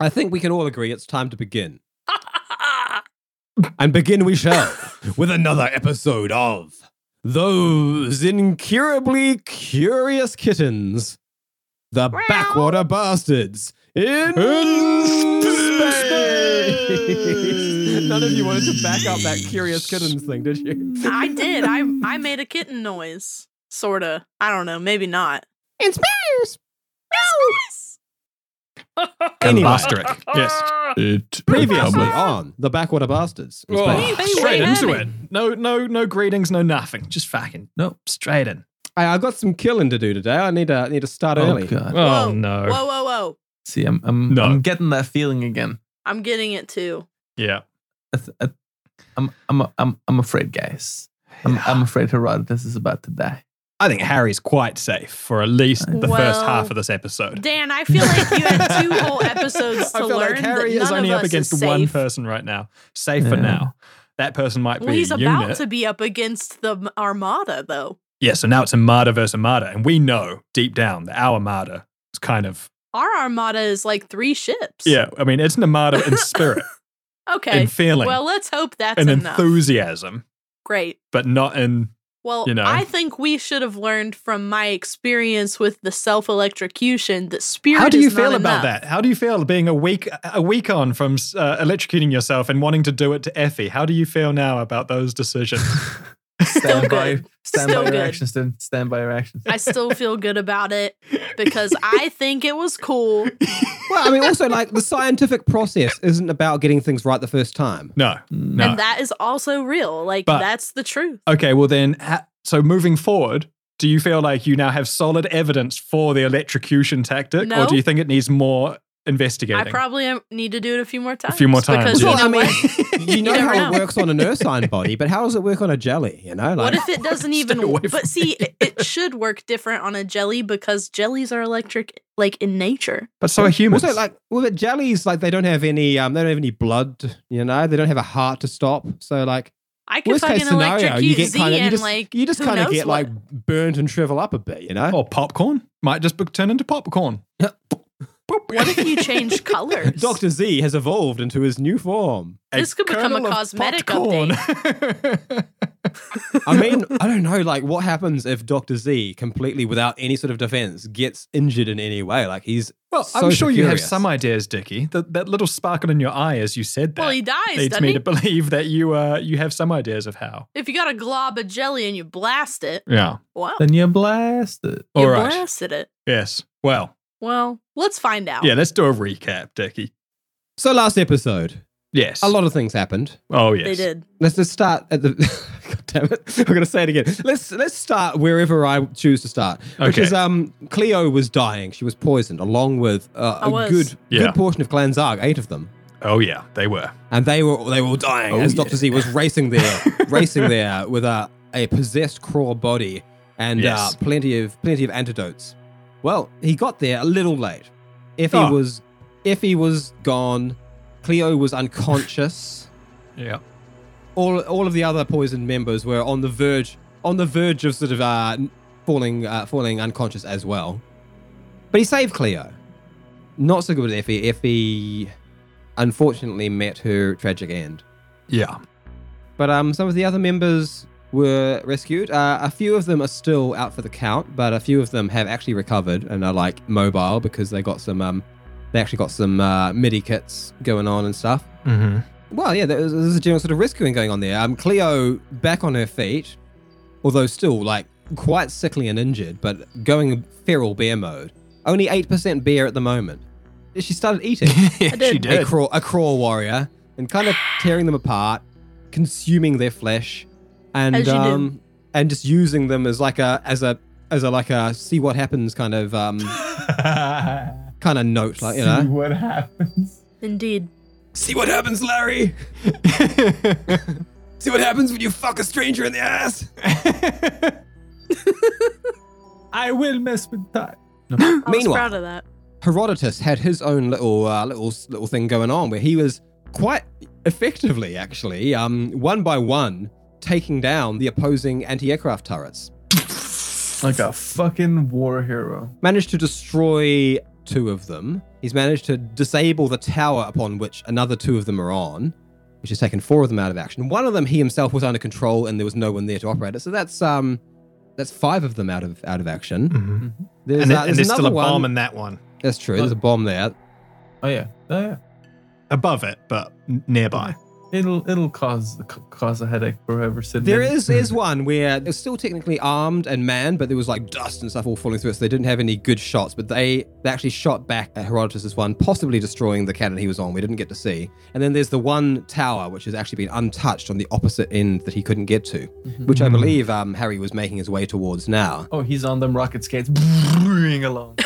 I think we can all agree it's time to begin. and begin we shall with another episode of Those Incurably Curious Kittens, the Backwater Bastards in Space. None of you wanted to back up that Curious Kittens thing, did you? I did. I I made a kitten noise. Sorta. I don't know. Maybe not. In space! Anyway. Galvasteric. Yes. It Previously Republic. on The Backwater Bastards in Oh, Space. They straight went into at it. No, no, no greetings, no nothing. Just fucking. No, straight in. I, I got some killing to do today. I need to, I need to start Oh early. god. Oh Whoa. no. Whoa, whoa, whoa. See, I'm I'm, No. I'm getting that feeling again. I'm getting it too. yeah. I th- I, I'm I'm I'm I'm afraid, guys. I'm I'm afraid Herodotus is about to die. I think Harry's quite safe for at least the first Well, half of this episode. Dan, I feel like you had two whole episodes I to feel learn. like Harry that none is only of up us against is one safe. person right now. Safe for Yeah. now. That person might be Well, he's a about unit. to be up against the M- Armada, though. Yeah, so now it's Amada versus Amada, and we know deep down that our Amada is kind of Our Armada is like three ships. yeah. I mean, it's an Amada in spirit, Okay. in feeling, Well, let's hope that's and enough. enthusiasm, Great. but not in Well, You know. I think we should have learned from my experience with the self electrocution that spirit. How do you is not feel about enough. that? How do you feel being a week a week on from uh, electrocuting yourself and wanting to do it to Effie? How do you feel now about those decisions? Stand by, good. stand Still by good. your actions, dude. Stand by your actions. I still feel good about it because I think it was cool. Well, I mean, also like the scientific process isn't about getting things right the first time. no, no. And that is also real. Like, But- that's the truth. okay, well then, ha- so moving forward, do you feel like you now have solid evidence for the electrocution tactic, No. or do you think it needs more investigating? I probably am- need to do it a few more times. few more times, Because yeah. you know Well, I what? You know never how know. it works on an ursine body, but how does it work on a jelly? You know, What like if it doesn't even away work? from But see, it, it should work different on a jelly because jellies are electric, like in nature. but so are humans. also like well, but jellies like they don't have any um they don't have any blood. You know, they don't have a heart to stop. So like I could worst fucking case scenario, electrocute you get Z kind of and you just like you just who kind of knows get what. like burnt and shrivel up a bit. You know, or popcorn might just be- turn into popcorn. What if you change colors? Doctor Z has evolved into his new form. This could become a kernel of cosmetic popcorn. I mean, I don't know, like what happens if Doctor Z completely without any sort of defense gets injured in any way? Like he's Well, So I'm sure you have curious. some ideas, Dickie. That that little sparkle in your eye as you said that Well, he dies, leads doesn't me he? to believe that you uh you have some ideas of how. if you got a glob of jelly and you blast it, Yeah. well, then you blast it. you All right. blasted it. Yes. Well, Well, let's find out. yeah. Let's do a recap, Dickie. So last episode, Yes. a lot of things happened. Oh yes. they did. Let's just start at the. God damn it! I'm gonna say it again. Let's let's start wherever I choose to start, which Okay. is um Cleo was dying. She was poisoned, along with uh, I a was. good Yeah. good portion of Clan Zarg, eight of them, Oh yeah. They were. and they were they were all dying Oh, as yeah. Doctor Z was racing there, racing there with a a possessed craw body and Yes. uh, plenty of plenty of antidotes. Well, he got there a little late. Effie Ah. Oh. was Effie was gone. Cleo was unconscious Yeah. all all of the other poisoned members were on the verge on the verge of sort of uh, falling uh, falling unconscious as well. But he saved Cleo. Not so good with Effie. Effie unfortunately met her tragic end. Yeah. But um, some of the other members were rescued. Uh, a few of them are still out for the count, but a few of them have actually recovered and are like mobile because they got some um, they actually got some uh, midi kits going on and stuff. Mm-hmm. Well, yeah, there's, there's a general sort of rescuing going on there. Um, Cleo back on her feet, although still like quite sickly and injured, but going feral bear mode. Only eight percent bear at the moment. She started eating she did. a crawl, a crawl warrior, and kind of tearing them apart, consuming their flesh, and As you do. um, and just using them as like a as a as a like a see what happens kind of um kind of note, like you know, what happens. Indeed. see what happens, Larry. see what happens when you fuck a stranger in the ass. I will mess with time. I Meanwhile- was proud of that. Herodotus had his own little uh, little little thing going on where he was quite effectively, actually, um, one by one, taking down the opposing anti-aircraft turrets. Like a fucking war hero. managed to destroy two of them. He's managed to disable the tower upon which another two of them are on, which has taken four of them out of action. One of them he himself was under control and there was no one there to operate it. So that's um that's five of them out of out of action. Mm-hmm. Mm-hmm. And, then There's, uh, and there's there's another still a one. bomb in that one. that's true. There's a bomb there. Oh yeah. Oh yeah. Above it, but n- nearby. It'll it'll cause c- cause a headache for whoever's sitting. There in. is is one where it was still technically armed and manned, but there was like dust and stuff all falling through it, so they didn't have any good shots. But they, they actually shot back at Herodotus's one, possibly destroying the cannon he was on. We didn't get to see. And then there's the one tower which has actually been untouched on the opposite end that he couldn't get to, which I believe um, Harry was making his way towards now. Oh, he's on them rocket skates, bring along.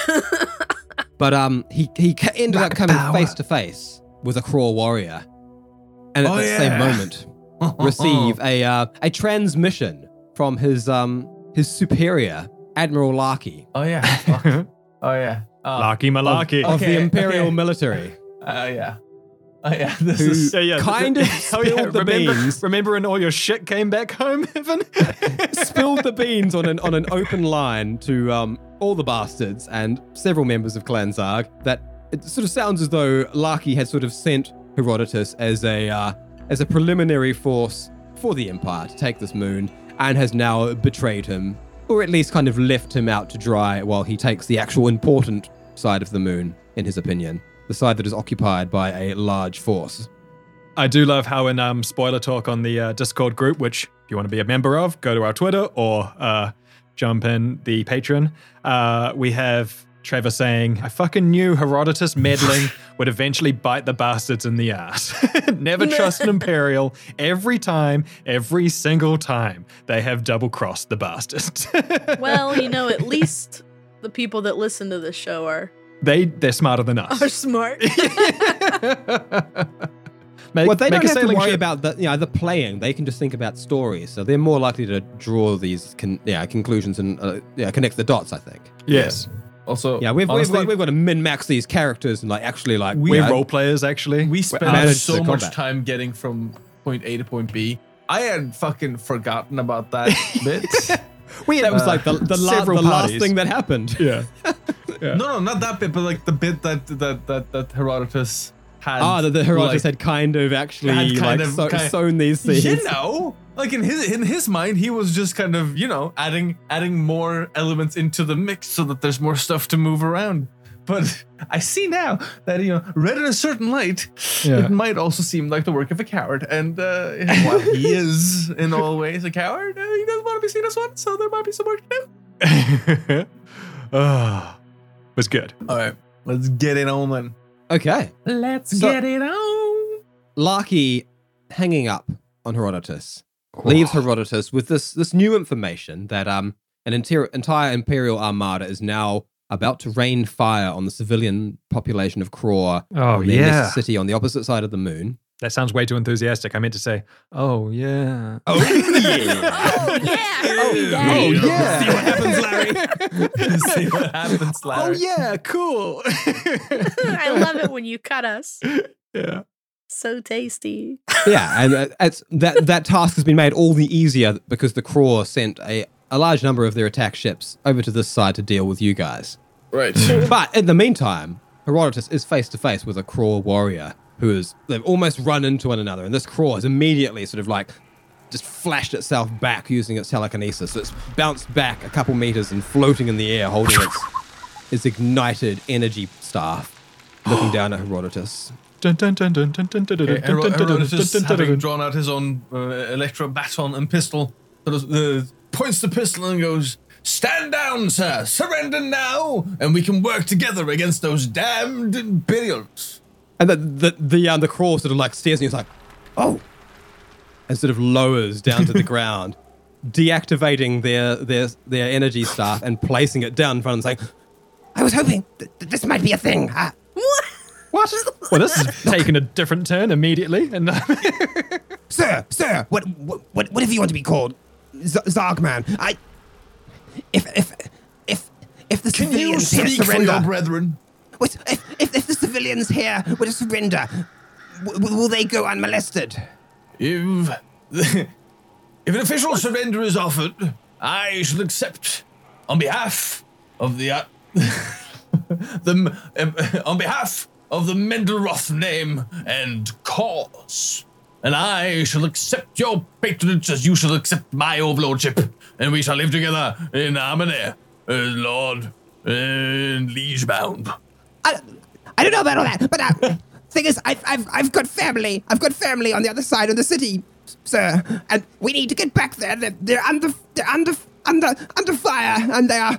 But um, he he ca- ended up Rocket coming power. face to face with a Craw warrior, and at Oh, that yeah. same moment, receive a uh, a transmission from his um his superior Admiral Larky Oh yeah. Fuck. Oh yeah. Oh, Larky malarkey. Uh, of Okay, the Imperial okay. military. oh yeah. Oh yeah. This Who- is. Yeah, Oh, yeah. kind of spilled the remember, beans. Remember when all your shit came back home, Evan? Spilled the beans on an on an open line to um all the bastards and several members of Clan Zarg that it sort of sounds as though Larky had sort of sent Herodotus as a uh, as a preliminary force for the Empire to take this moon and has now betrayed him or at least kind of left him out to dry while he takes the actual important side of the moon in his opinion the side that is occupied by a large force I do love how in um, spoiler talk on the uh, Discord group, which if you want to be a member of, go to our Twitter or uh, jump in the Patreon. Uh, we have Trevor saying, "I fucking knew Herodotus meddling would eventually bite the bastards in the ass. Never trust an imperial. Every time, every single time, they have double crossed the bastards. Well, you know, at least the people that listen to this show are they they're smarter than us. are smart. Make- well, they Uh, make don't a have to sailing worry ship. about the, you know, the playing. They can just think about stories, so they're more likely to draw these con- yeah conclusions and uh, yeah connect the dots. I think. yes. Also, Yeah, we've honestly, we've, got, we've got to min max these characters and like actually like We you are know, role players, actually. we out spent of the so much combat. time getting from point A to point B. I had fucking forgotten about that bit. we uh, that was uh, like the, the, la- the several last parties. thing that happened. yeah. No, no, not that bit, but like the bit that that that, that Herodotus had. Ah, that the Herodotus like, had kind of actually had kind like of- so- kind- sown these seeds. You know, like in his in his mind, he was just kind of you know adding adding more elements into the mix so that there's more stuff to move around. But I see now that you know, read in a certain light, Yeah. it might also seem like the work of a coward. And uh, while he is in all ways a coward, uh, he doesn't want to be seen as one, so there might be some work to do. Ah, was good. All right, let's get it on then. Okay, Let's So- get it on. Larky hanging up on Herodotus leaves Herodotus with this this new information that um an inter- entire imperial armada is now about to rain fire on the civilian population of Kraw Oh in this city on the opposite side of the moon. that sounds way too enthusiastic. I meant to say, oh yeah. Oh oh yeah, oh yeah. Oh, Yeah. yeah. See what happens, Larry. See what happens, Oh, Larry. yeah, cool. I love it when you cut us. Yeah. so tasty. yeah, and uh, it's, that that task has been made all the easier because the Craw sent a, a large number of their attack ships over to this side to deal with you guys. Right. But in the meantime, Herodotus is face to face with a Craw warrior who is they've almost run into one another, and this Craw has immediately sort of like just flashed itself back using its telekinesis. It's bounced back a couple meters and floating in the air, holding its its ignited energy staff, looking down at Herodotus. Okay, Hero- Herodotus, having drawn out his own uh, electro baton and pistol, sort of, uh, points the pistol and goes, "Stand down, sir! Surrender now, and we can work together against those damned Imperials." And the the the, um, the crawl sort of like stares and he's like, oh, and sort of lowers down to the ground, deactivating their their their energy staff and placing it down in front of them, saying, "I was hoping th- th- this might be a thing." Uh, Ah, what? Well, this is taking a different turn immediately. And sir, sir, what what what whatever you want to be called, Z- Zargman. I if if if if the Can you civilians here speak for your surrender, brethren? Wait, if, if if the civilians here were to surrender, w- w- will they go unmolested? If, if an official surrender is offered, I shall accept on behalf of the uh, the m- um, on behalf of the Mendelroth name and cause. And I shall accept your patronage as you shall accept my overlordship, and we shall live together in harmony, as lord and liege bound. I, I don't know about all that, but uh, thing is, I've, I've, I've got family. I've got family on the other side of the city, s- sir, and we need to get back there. They're, they're under, they're under, under, under fire, and they are,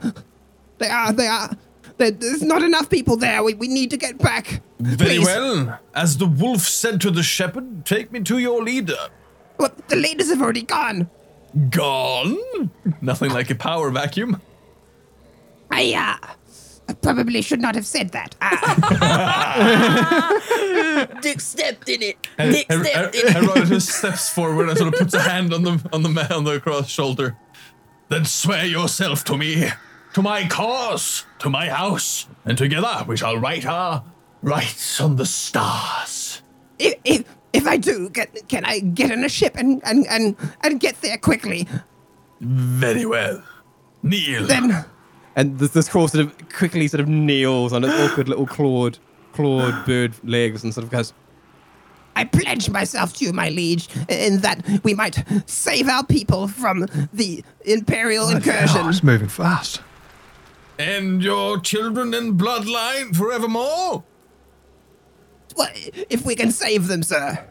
they are, they are. there- There's not enough people there. We, we need to get back. Very Please. well. As the wolf said to the shepherd, take me to your leader. Well, the leaders have already gone. Gone? Nothing like a power vacuum. I, uh, I probably should not have said that. Ah. Dick stepped in it. Dick stepped in it. Herodotus steps forward and sort of puts a hand on the on the man on the cross shoulder. Then swear yourself to me, to my cause, to my house, and together we shall write our rights on the stars. if, if, if I do, can, can I get in a ship and, and, and, and get there quickly? Very well. Kneel. Then. And this, this crawl sort of quickly sort of kneels on its awkward little clawed, clawed bird legs and sort of goes, I pledge myself to you, my liege, in that we might save our people from the imperial incursion. moving fast. and your children and bloodline forevermore. Well, if we can save them, sir.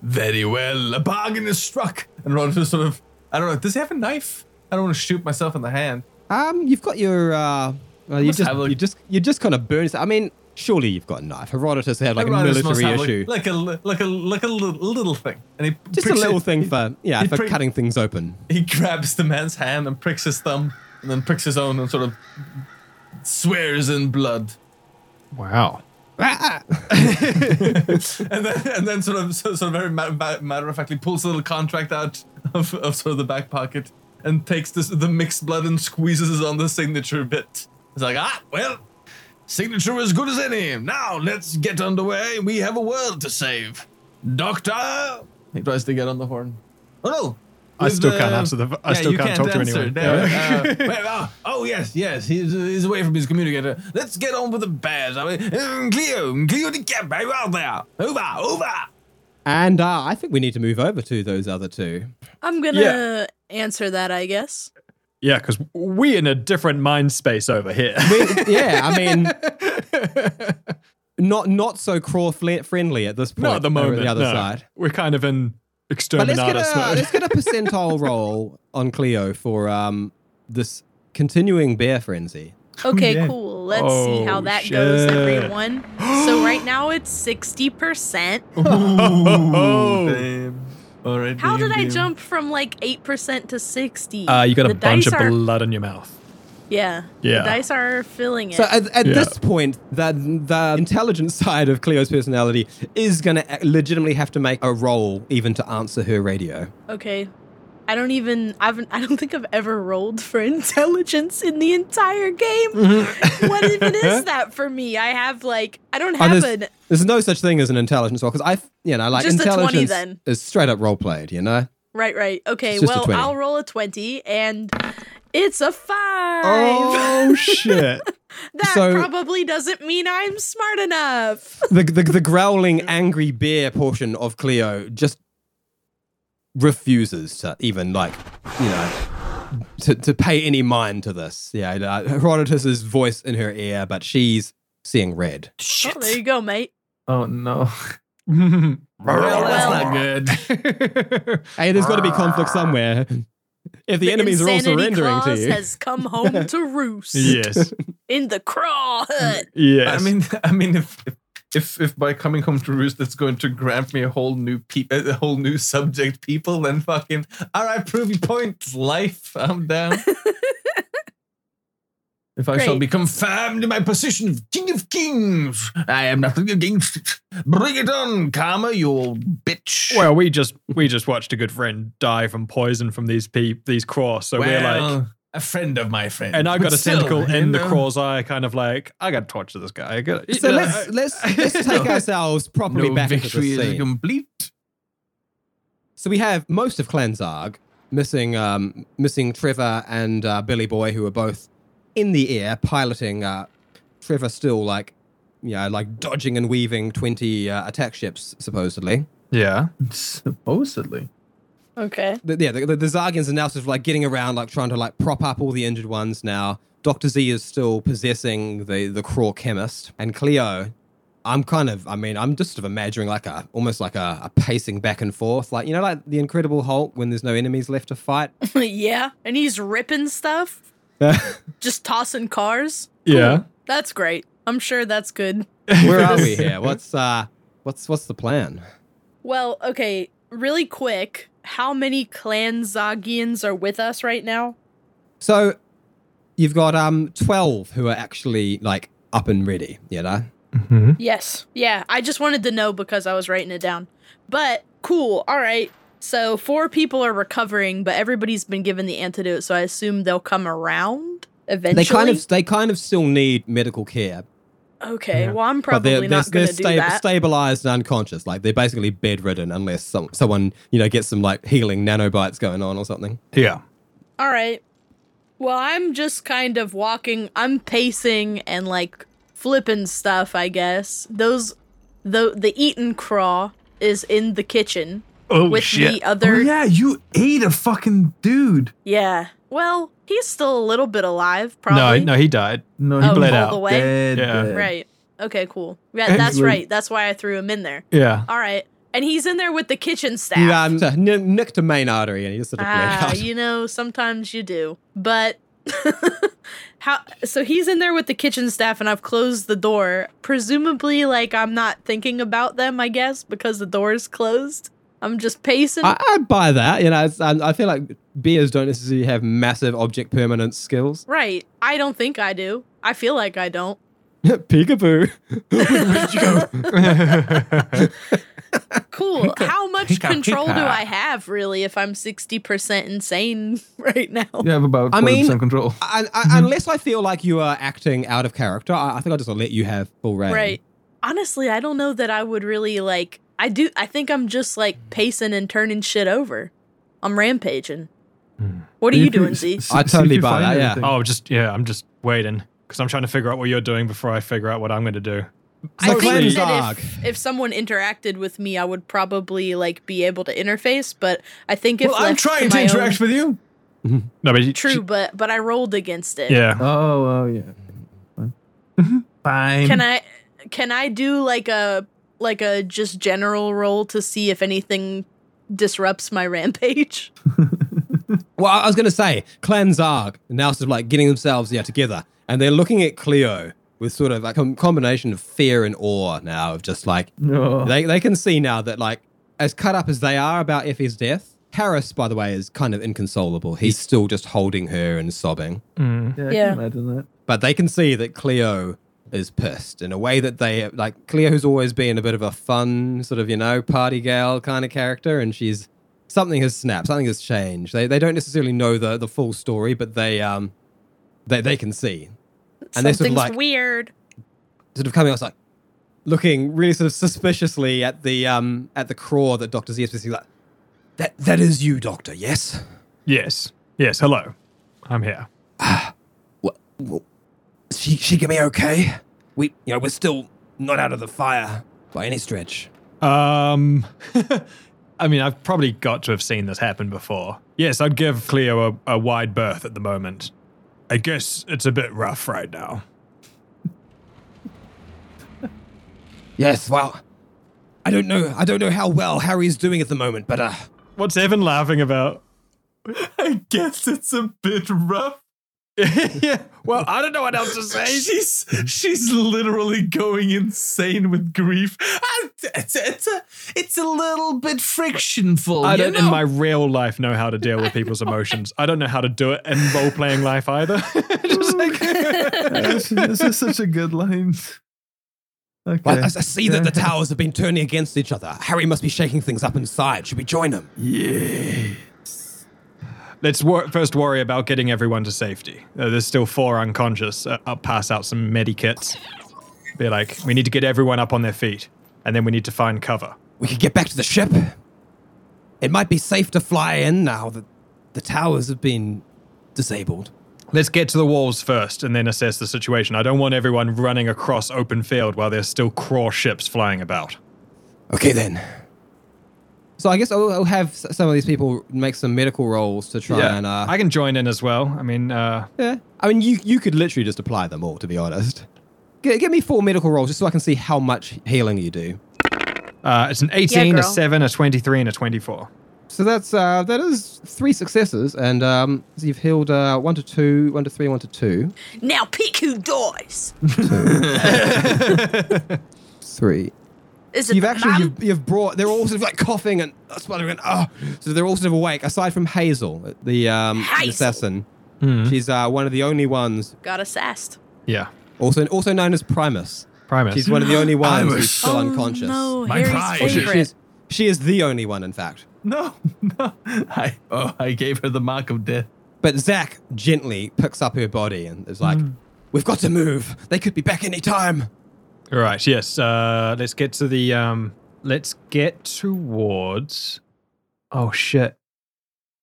Very well. A bargain is struck. And Herodotus sort of I don't know, does he have a knife? I don't want to shoot myself in the hand. um, you've got your, uh, well, you Must just, have a- you just, you just kind of burns. I mean, surely you've got a knife. Herodotus had like Herodotus a must military have, like- issue. Like, a li- like a like a little, little thing, and he just a pricks little it- thing for, yeah, he for prick- cutting things open. He grabs the man's hand and pricks his thumb, and then pricks his own, and sort of swears in blood, Wow. Ah, ah. and then and then sort of so, sort of very matter, matter of factly pulls a little contract out of, of sort of the back pocket and takes this the mixed blood and squeezes it on the signature bit. It's like ah well. Signature as good as any. Now let's get underway. We have a world to save. Doctor, he tries to get on the horn. Oh no, I With, still can't uh, answer the. I yeah, still you can't, talk to answer. anyone. No, uh, well, uh, oh yes, yes, he's, he's away from his communicator. Let's get on with the bears. I mean, um, Cleo, Cleo the cat, baby, out there. Over, over. And uh, I think we need to move over to those other two. I'm gonna Yeah. answer that, I guess. Yeah, because we in a different mind space over here. yeah, I mean, not not so craw fle- friendly at this point. Not at the over moment. The other no. side. We're kind of in But let's get, exterminatus a, mode. let's get a percentile roll on Cleo for um, this continuing bear frenzy. Okay, yeah. cool. Let's see how Oh, that goes, shit. everyone. so right now it's sixty percent. Oh. Damn. All right. How damn, did I damn. jump from like eight percent to sixty? Uh, you got The a bunch dice of are- blood in your mouth. Yeah. Yeah. The dice are filling it. So at, at Yeah. this point, the the intelligence side of Cleo's personality is going to legitimately have to make a roll even to answer her radio. okay. I don't even I've I don't think I've ever rolled for intelligence in the entire game. Mm-hmm. what even is that for me? I have like I don't Oh, have there's, an there's no such thing as an intelligence roll because I, you know, like Just a 20 intelligence then. is straight up role played. You know. right right. Okay, It's just a well 20. I'll roll a twenty and it's a five. Oh shit! that so- probably doesn't mean I'm smart enough. Oh, the, the the growling angry bear portion of Cleo just refuses to even like you know to, to pay any mind to this. Yeah, uh, Herodotus's voice in her ear, but she's seeing red. Oh, there you go, mate. Oh no. Well, that's well. not good. Hey, there's got to be conflict somewhere. If the, enemies are all insanity surrendering to clause you, has come home to roost yes, in the craw hut. yes. I mean, I mean, if if if by coming home to roost, that's going to grant me a whole new pe- a whole new subject, people, then fucking all right, prove your point, life. I'm down. If I shall Great. become famed in my position of king of kings, I am nothing against it. Bring it on, Karma, you old bitch. well, we just we just watched a good friend die from poison from these pe- these craws. So we're like, Well, a friend of my friend. and I But got a still, tentacle you in the know. craw's eye, kind of like I got to torture this guy. I gotta, so you know, let's let's let's take ourselves properly No back into victory the is scene. complete. So we have most of Clanzarg missing, um, missing Trevor and uh, Billy Boy, who are both in the air piloting. Uh, Trevor still like, you know, like dodging and weaving twenty uh, attack ships supposedly. yeah. Supposedly. Okay. The, yeah, the, the, the Zargans are now sort of like getting around, like trying to like prop up all the injured ones. Now Doctor Z is still possessing the the Craw chemist, and Cleo. I'm kind of, I mean, I'm just sort of imagining like a, almost like a, a pacing back and forth, like you know, like the Incredible Hulk when there's no enemies left to fight. yeah. And he's ripping stuff, just tossing cars. Yeah. That's great. I'm sure that's good. Where are we here? What's uh what's what's the plan? Well, okay, really quick. How many clan Zagians are with us right now? So you've got um twelve who are actually like up and ready, you know? Yes. Yeah, I just wanted to know because I was writing it down. But cool. All right. So, four people are recovering, but everybody's been given the antidote, so I assume they'll come around eventually. They kind of they kind of still need medical care. Okay, well, I'm but probably they're, they're, not they're going to do sta- that. stabilized and unconscious. Like they're basically bedridden unless some, someone, you know, gets some like healing nanobites going on or something. Yeah. All right. Well, I'm just kind of walking. I'm pacing and like flipping stuff, I guess. Those the the eaten craw is in the kitchen Oh with the other yeah. you ate a fucking dude. Well, he's still a little bit alive, No, probably. no, he died. No, Oh, bled all out. the way? Dead, Yeah. dead. Right. Okay, cool. Yeah, that's Excellent. right. That's why I threw him in there. Yeah. All right. And he's in there with the kitchen staff. You um, so, n- nicked a main artery and he just sort of bled Ah, out. you know, sometimes you do. But how so he's in there with the kitchen staff and I've closed the door. Presumably like I'm not thinking about them, I guess, because the door is closed. I'm just pacing. I, I'd buy that, you know. It's, um, I feel like beers don't necessarily have massive object permanence skills. right. I don't think I do. I feel like I don't. Peekaboo. Cool. how much pika, control do pika. I have really if I'm 60% insane right now? You have about I mean- 40% control. Un- un- Mm-hmm. unless I feel like you are acting out of character, I, I think I'll just let you have full reign. Right. Honestly, I don't know that I would really like. I do. I think I'm just like pacing and turning shit over. I'm rampaging. What are Mm. you doing, Z? I totally buy that, yeah. Oh, just yeah. I'm just waiting because I'm trying to figure out what you're doing before I figure out what I'm going to do. I think Cleanse that Dog. if, if someone interacted with me, I would probably like be able to interface. But I think if Well, I'm left trying to my interact own, with you. Mm-hmm. No, but you- true, but but I rolled against it. Yeah. Oh, oh, yeah. Fine. Fine. Can I can I do like a like a just general roll to see if anything disrupts my rampage? Well, I I was going to say, Clan Zarg are now sort of like getting themselves yeah, together, and they're looking at Cleo with sort of like a combination of fear and awe now, of just like, No. they, they can see now that, like, as cut up as they are about Effie's death, Harris, by the way, is kind of inconsolable. He's still just holding her and sobbing. yeah, I Yeah. can imagine that. but they can see that Cleo is pissed in a way that they like Cleo who's always been a bit of a fun sort of you know party gal kind of character and she's something has snapped, something has changed. They, they don't necessarily know the, the full story, but they um they, they can see. And they're Something's sort of like weird. sort of coming out like looking really sort of suspiciously at the um at the craw that Doctor Z is basically like that that is you, Doctor, yes? Yes. Yes. Hello. I'm here. What, she she gonna be okay? We you know, we're still not out of the fire by any stretch. Um, I mean, I've probably got to have seen this happen before. Yes, I'd give Cleo a, a wide berth at the moment. I guess it's a bit rough right now. Yes, well I don't know I don't know how well Harry's doing at the moment, but uh What's Evan laughing about? I guess it's a bit rough. yeah. Well, I don't know what else to say. She's she's literally going insane with grief. Ah, It's, it's a it's a little bit frictionful. I you don't in know? my real life know how to deal with people's emotions. I don't know how to do it in role playing life either. Just like- this is such a good line. Okay. Well, I, I see that the towers have been turning against each other. Harry must be shaking things up inside. Should we join him? yeah. Let's wor- first worry about getting everyone to safety. Uh, there's still four unconscious. Uh, I'll pass out some medikits. Be like, we need to get everyone up on their feet, and then we need to find cover. We could get back to the ship. It might be safe to fly in now that the towers have been disabled. Let's get to the walls first, and then assess the situation. I don't want everyone running across open field while there's still craw ships flying about. Okay, then. So I guess I'll, I'll have s- some of these people make some medical rolls to try and. Uh, I can join in as well. I mean, uh, yeah. I mean, you you could literally just apply them all, to be honest. G- give me four medical rolls just so I can see how much healing you do. uh, it's an 18, a girl. 7, a 23, and a 24. So that's uh, that is three successes, and um, so you've healed uh, one to two, one to three, one to two. Now pick who dies. three. Is it You've the actually mum? you've, you've brought. They're all sort of like coughing and uh, sputtering. and, Oh, so they're all sort of awake. Aside from Hazel, the um, the Hazel. assassin, she's uh, one of the only ones. got assassed? Hmm. Yeah. Also, also known as Primus. Primus. She's one of the only ones Primus. who's still unconscious. Oh No, My Harry's pride. She, she favorite. is, she is the only one, in fact. No, no. I oh, I gave her the mark of death. But Zach gently picks up her body and is like, "We've got to move. They could be back any time." Right. Yes. Uh, let's get to the. Um, let's get towards. Oh shit!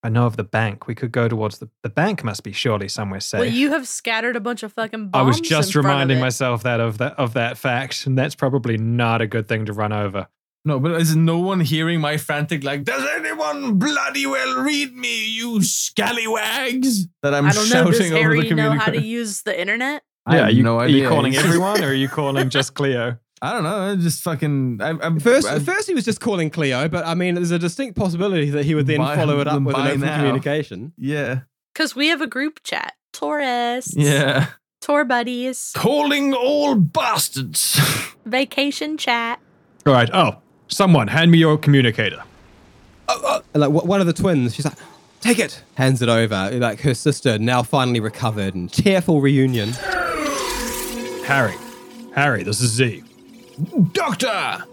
I know of the bank. We could go towards the. The bank must be surely somewhere safe. Well, you have scattered a bunch of fucking I bombs. was in just front of reminding it. myself that of that of that fact, and that's probably not a good thing to run over. No, but is no one hearing my frantic like? Does anyone bloody well read me, you scallywags? That I'm I don't know. Does shouting over Harry the know communicator. how to use the internet? I have you, no are idea. you calling everyone, or are you calling just Cleo? I don't know. I just fucking. I, I'm First, I, first he was just calling Cleo, but I mean, there's a distinct possibility that he would then By- follow it up with an by open now. communication. yeah, Because we have a group chat. Tourists. yeah. Tour buddies. Calling all bastards. Vacation chat. All right. Oh, someone hand me your communicator. And Uh, like wh- one of the twins, she's like, "Take it," hands it over. Like her sister, now finally recovered, and tearful reunion. Harry, Harry, this is Z. Doctor,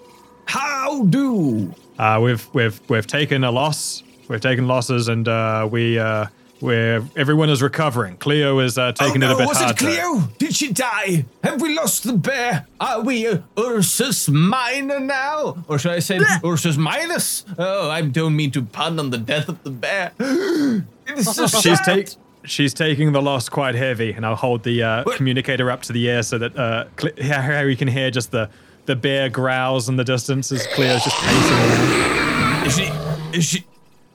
how do? Uh, we've we've we've taken a loss. We've taken losses, and uh, we uh, we're everyone is recovering. Cleo is uh, taking oh, it a no, bit was harder. it Cleo? Did she die? Have we lost the bear? Are we uh, Ursus Minor now? Or should I say Ursus Minus? Oh, I don't mean to pun on the death of the bear. it's so She's sad. take she's taking the loss quite heavy, and I'll hold the uh, What? communicator up to the air so that uh, Cle- Harry can hear just the the bear growls in the distance as Cleo's just pacing around. Is she? Is she?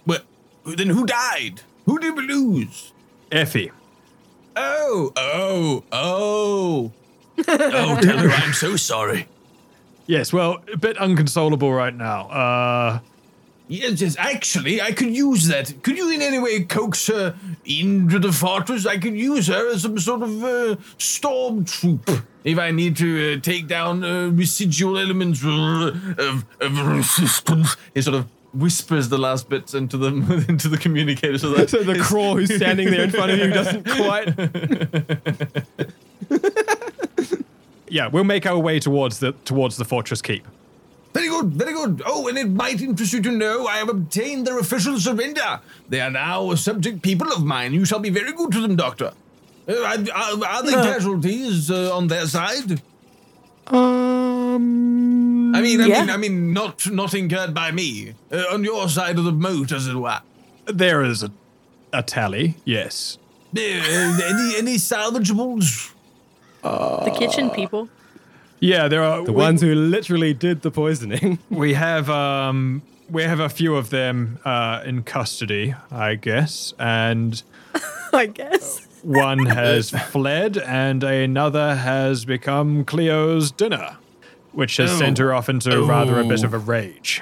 Well, then who died? Who did we lose? Effie. Oh, oh, oh. oh, tell her I'm so sorry. Yes, well, a bit inconsolable right now. Uh, Yes, yes, actually, I could use that. Could you in any way coax her into the fortress? I could use her as some sort of uh, storm troop if I need to uh, take down uh, residual elements of, of resistance. He sort of whispers the last bits into the into the communicator so that So the craw who's standing there in front of you doesn't quite. yeah, we'll make our way towards the towards the fortress keep. Very good, very good. Oh, and it might interest you to know I have obtained their official surrender. They are now a subject people of mine. You shall be very good to them, Doctor. Uh, are- are, are there casualties uh, on their side? Um, I mean, I Yeah. mean, I mean, not not incurred by me. Uh, on your side of the moat, as it were. there is a, a tally. Yes. Uh, any any salvageables? the kitchen Uh, people. Yeah, there are The ones who literally did the poisoning. We have um we have a few of them uh, in custody, I guess, and I guess. one has fled and another has become Cleo's dinner, which has sent Oh. her off into rather a bit of a rage.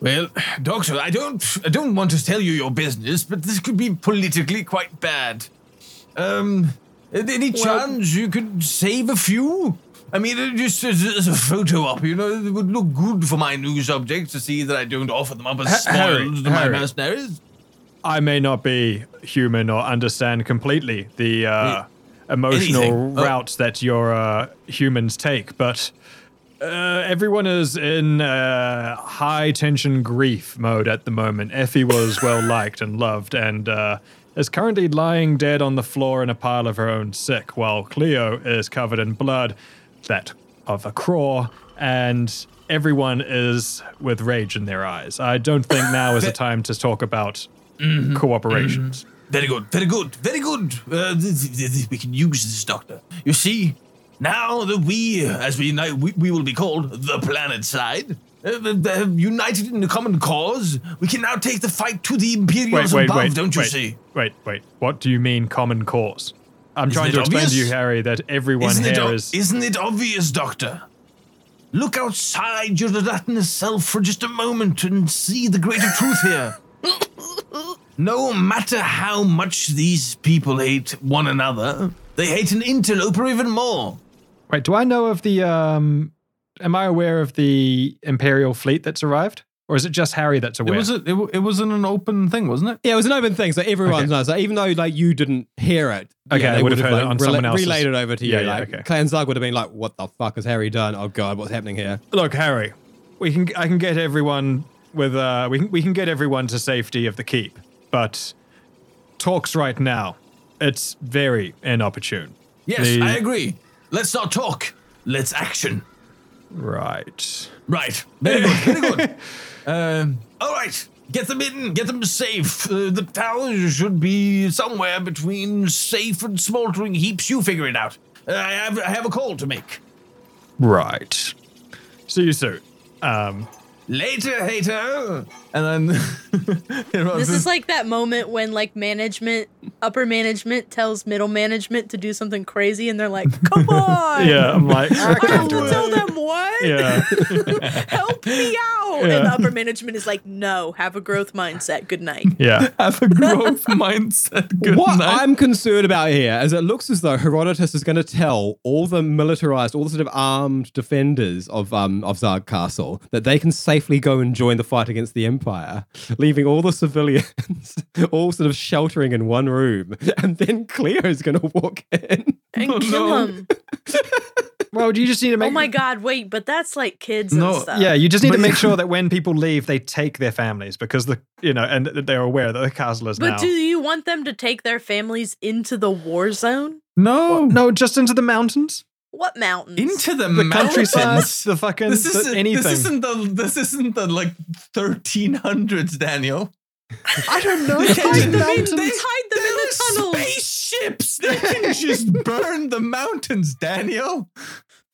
Well, Doctor, I don't I don't want to tell you your business, but this could be politically quite bad. Um, any chance you could save a few? I mean, uh, just as, as a photo op, you know, it would look good for my news objects to see that I don't offer them up as Harry, spoils to my Harry. mercenaries. I may not be human or understand completely the uh, emotional anything. Oh. routes that your uh, humans take, but uh, everyone is in uh, high tension grief mode at the moment. Effie was well liked and loved, and uh, is currently lying dead on the floor in a pile of her own sick, while Cleo is covered in blood, that of a craw, and. Everyone is with rage in their eyes. I don't think now is the time to talk about Mm-hmm. cooperations. Very good, very good, very good. Uh, th- th- th- we can use this, Doctor. You see, now that we, as we, uni- we, we will be called, the planet side, uh, th- th- have united in a common cause, we can now take the fight to the Imperials above, don't you wait, see? Wait, wait. What do you mean common cause? I'm trying it to explain to obvious? you, Harry, that everyone Isn't it, here o- is. isn't it obvious, Doctor? Look outside your gelatinous self for just a moment and see the greater truth here. No matter how much these people hate one another, they hate an interloper even more. Wait, do I know of the? Um, am I aware of the Imperial fleet that's arrived, or is it just Harry that's aware? It was a, it, w- it wasn't an open thing, wasn't it? Yeah, it was an open thing, so everyone Okay. knows. Like, even though like you didn't hear it, Okay, yeah, I would have would've, heard it on someone else's- Relayed it over to Yeah, you. yeah, like okay. Clan Zag would have been like, "What the fuck has Harry done? Oh god, what's happening here?" Look, Harry, we can. I can get everyone with. Uh, we can. We can get everyone to safety of the keep, but talks right now. It's very inopportune. Yes, The- I agree. Let's not talk. Let's action. Right. Right. Very good. Very good. um, all right. Get them in. Get them safe. Uh, the towers should be somewhere between safe and smoldering heaps. You figure it out. Uh, I have I have a call to make. Right. See you soon. Um, Later, hater. And then This is like that moment when like management, upper management tells middle management to do something crazy, and they're like, "Come on, yeah, I'm like, I I can have do to it. tell them what? Yeah. Help me out!" And the upper management is like, "No, have a growth mindset. Good night." Yeah. have a growth mindset. Good what I'm concerned about here is it looks as though Herodotus is going to tell all the militarized, all the sort of armed defenders of um of Zarg Castle that they can safely go and join the fight against the Empire, leaving all the civilians all sort of sheltering in one room, and then Cleo's going to walk in. and kill Oh, him. Well, you just need to make. Oh my god, wait, but that's like kids No, and stuff. Yeah, you just need to But- make sure that when people leave, they take their families because the you know, and that they're aware that the castle is But now. do you want them to take their families into the war zone? no no, just into the mountains, What mountains? into the, the mountains. countryside, the fucking This the- isn't anything. This isn't the this isn't the like 1300s, Daniel. I don't know. Hide them they, in- they hide them in the There are tunnels. Spaceships! They can just burn the mountains, Daniel.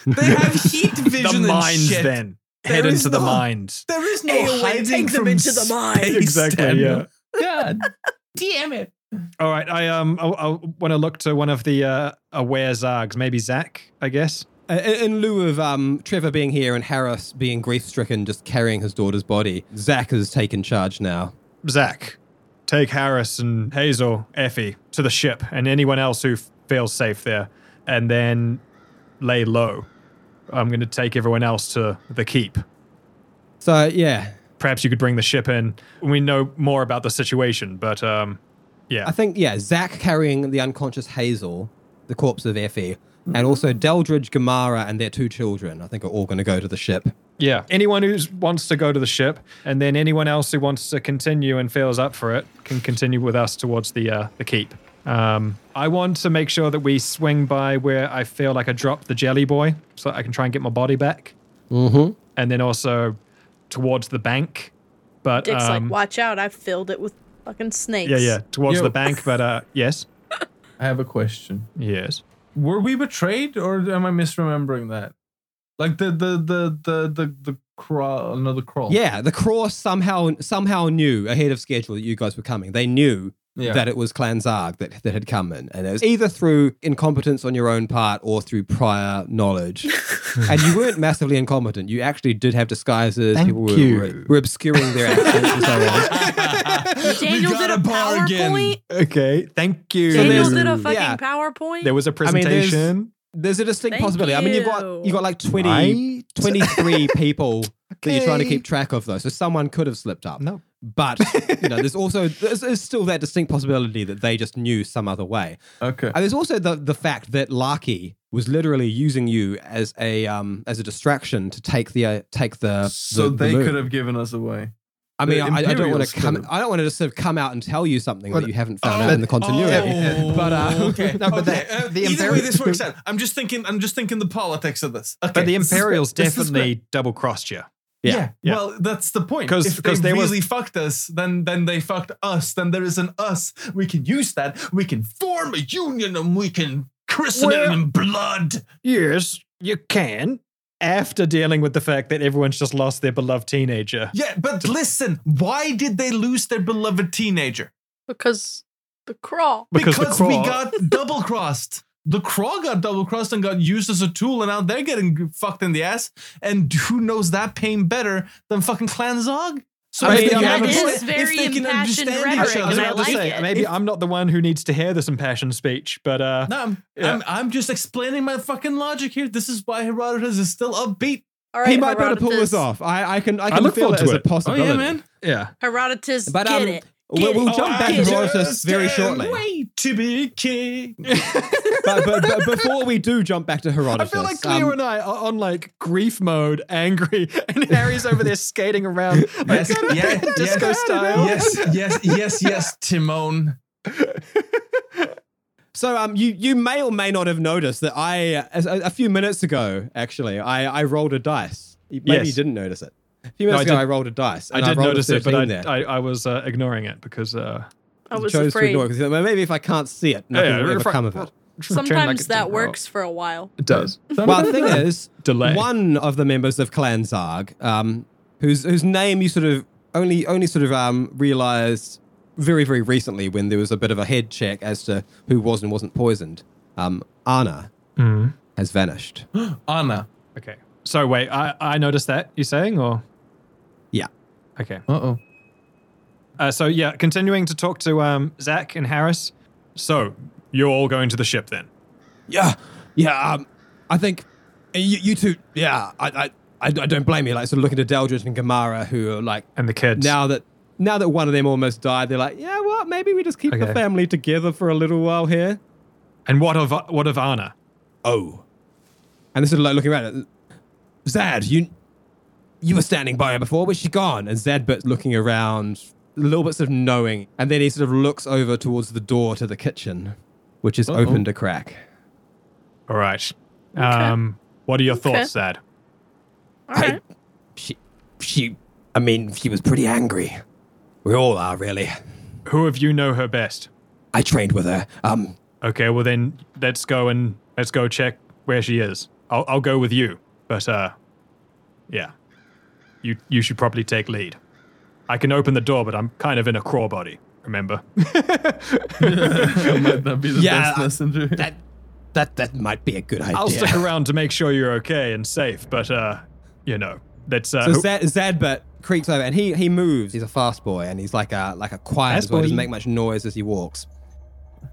They have heat the vision and mines, shit. then There head is into the no- mines. There is no Oh, Ayo, hiding take them from into the space, mines. Exactly. Daniel. Yeah. God damn it! All right. I um. I, I want to look to one of the uh, aware zargs. Maybe Zach. I guess. Uh, In in lieu of um, Trevor being here and Harris being grief stricken, just carrying his daughter's body, Zach has taken charge now. Zach, take Harris and Hazel, Effie to the ship, and anyone else who f- feels safe there, and then lay low. I'm going to take everyone else to the keep. So, yeah, Perhaps you could bring the ship in when we know more about the situation, but um, yeah. I think, yeah, Zach carrying the unconscious Hazel, the corpse of Effie, and also Deldridge, Gamara, and their two children, I think are all going to go to the ship. Yeah. Anyone who wants to go to the ship, and then anyone else who wants to continue and feels up for it can continue with us towards the uh, the keep. Um, I want to make sure that we swing by where I feel like I dropped the jelly boy, so I can try and get my body back, mm-hmm. and then also towards the bank. But Dick's um, like, watch out, I filled it with fucking snakes. yeah, yeah, towards Yo. the bank. But uh, yes, I have a question. yes. Were we betrayed, or am I misremembering that? Like the the the the the the crawl, another crawl. Yeah, the Craw somehow somehow knew ahead of schedule that you guys were coming. They knew Yeah. that it was Clan Zarg that, that had come in. And it was either through incompetence on your own part or through prior knowledge. and you weren't massively incompetent. You actually did have disguises. Thank People were, you. were- were obscuring their accents and so on. Daniel We did got a a bargain. PowerPoint. Okay, thank you. Daniel there's- did a fucking yeah. PowerPoint. there was a mean, there's- presentation. There's a distinct Thank possibility. I mean, you've you. got, you've got like 20, Right? 23 people that you're trying to Okay. keep track of, though. So someone could have slipped up. No. But, you know, there's also, there's, there's still that distinct possibility that they just knew some other way. Okay. And there's also the the fact that Larky was literally using you as a um as a distraction to take the uh, take the. so the- the they moon. could have given us away. I mean, the I, I don't want Imperials to come. could've. I don't want to just sort of come out and tell you something that But- you haven't found out in the continuity. Oh, But uh, okay. no, but okay. that- uh, the either way, embarrass- this works out. I'm just thinking. I'm just thinking the politics of this. Okay. But the this is- Imperials this is great. definitely double crossed you. Yeah. Yeah. Well, that's the point. 'Cause- if 'cause they there was- really fucked us, then then they fucked us. Then there is an us. We can use that. We can form a union, and we can christen Well- it in blood. Yes, you can. After dealing with the fact that everyone's just lost their beloved teenager. Yeah. But listen, why did they lose their beloved teenager? because the crawl. Because the we Craw- got double crossed. The craw got double crossed and got used as a tool, and now they're getting g- fucked in the ass. And who knows that pain better than fucking Clan Zog? So I mean, can that have a- is if very they can impassioned understand I each was rhetoric, other- and I about to like say, it. maybe I'm not the one who needs to hear this impassioned speech, but uh, No, I'm, Yeah. I'm, I'm just explaining my fucking logic here. This is why Herodotus is still upbeat. All right, he might be able to pull Herodotus. this off. I, I can I can look feel forward it as to a it. Oh, yeah, possibility. yeah. Herodotus, But get um, it. we'll, Get we'll it. jump back to Get it. Herodotus very shortly. Way to be king. But, but, but before we do jump back to I Herodotus, feel like um, Cleo and I are on like grief mode, angry, and Harry's over there skating around. Like, yeah, Disco style. Yes, yes, yes, yes, Timon. So um, you you may or may not have noticed that I uh, a, a few minutes ago actually I, I rolled a dice. Maybe Yes. you didn't notice it. A few minutes I ago did- I rolled a dice. I and did rolled a notice it, but 13 I, I, I was uh, ignoring it because uh, I was chose to afraid. ignore it 'cause, well, maybe if I can't see it, nothing yeah, will ever refra- come of it. Sometimes that works for a while. It does. Well, the thing is, Delay. one of the members of Clan Zarg, um, whose whose name you sort of only only sort of um realized very very recently when there was a bit of a head check as to who was and wasn't poisoned. Um, Anna has vanished. Anna. Okay. So wait, I, I noticed that you're saying, or Yeah. okay. Uh oh. Uh, so yeah, continuing to talk to um, Zach and Harris. So you're all going to the ship then? yeah, yeah. Um, I think eh, you, you two, yeah. I, I, I, I don't blame you. Like sort of looking to Deldrit and Gamara, who are like And the kids. now that now that one of them almost died, they're like, yeah, well, maybe we just keep the Okay. family together for a little while here. And what of what of Anna? Oh, and they're sort of like looking around. Zad, you, you were standing by her before. Where's she gone? And Zad, but looking around, a little bit sort of knowing, and then he sort of looks over towards the door to the kitchen, which is opened a crack. All right. Um, what are your thoughts, Dad? All right. she, she, I mean, she was pretty angry. We all are, really. Who of you know her best? I trained with her. Um, Okay, well then let's go and let's go check where she is. I'll I'll go with you, but uh, yeah, you you should probably take lead. I can open the door, but I'm kind of in a crawl body. Remember? That might not be the Yeah, best I- messenger. that, that, that might be a good idea. I'll stick around to make sure you're okay and safe, but uh, you know, let's uh, So who- Zad, Zadbert creeps over and he he moves. He's a fast boy and he's like a like a quiet Fast as well. He doesn't boy. make much noise as he walks.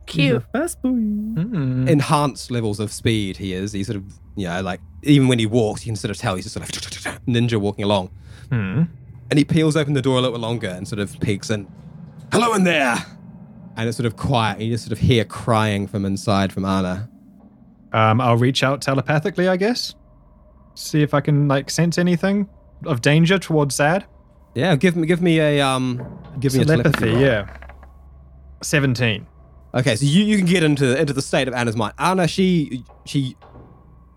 Cute. Fast boy. Mm. Mm. Enhanced levels of speed he is. He sort of you know like even when he walks, you can sort of tell he's just sort of ninja walking along. Hmm. And he peels open the door a little bit longer and sort of peeks in. Hello in there. And it's sort of quiet. And you just sort of hear crying from inside from Anna. um, I'll reach out telepathically, I guess. See if I can like sense anything. of danger towards Zad? Yeah, give me give me a um give me a telepathy. Telepathy, roll. yeah. 17. Okay, so you, you can get into into the state of Anna's mind. Anna, she she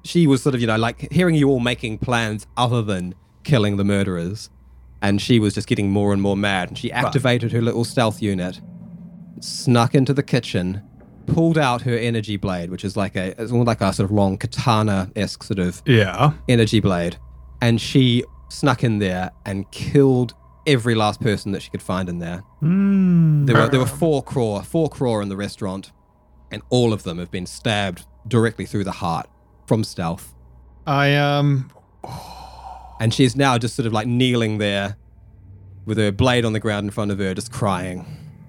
she was sort of you know like hearing you all making plans other than killing the murderers, and she was just getting more and more mad. And she activated her little stealth unit, snuck into the kitchen, pulled out her energy blade, which is like a it's almost like a sort of long katana esque sort of Yeah. energy blade, and she snuck in there and killed every last person that she could find in there. There were Um, there were four craw, four craw in the restaurant, and all of them have been stabbed directly through the heart from stealth. I, um, And she's now just sort of like kneeling there with her blade on the ground in front of her, just crying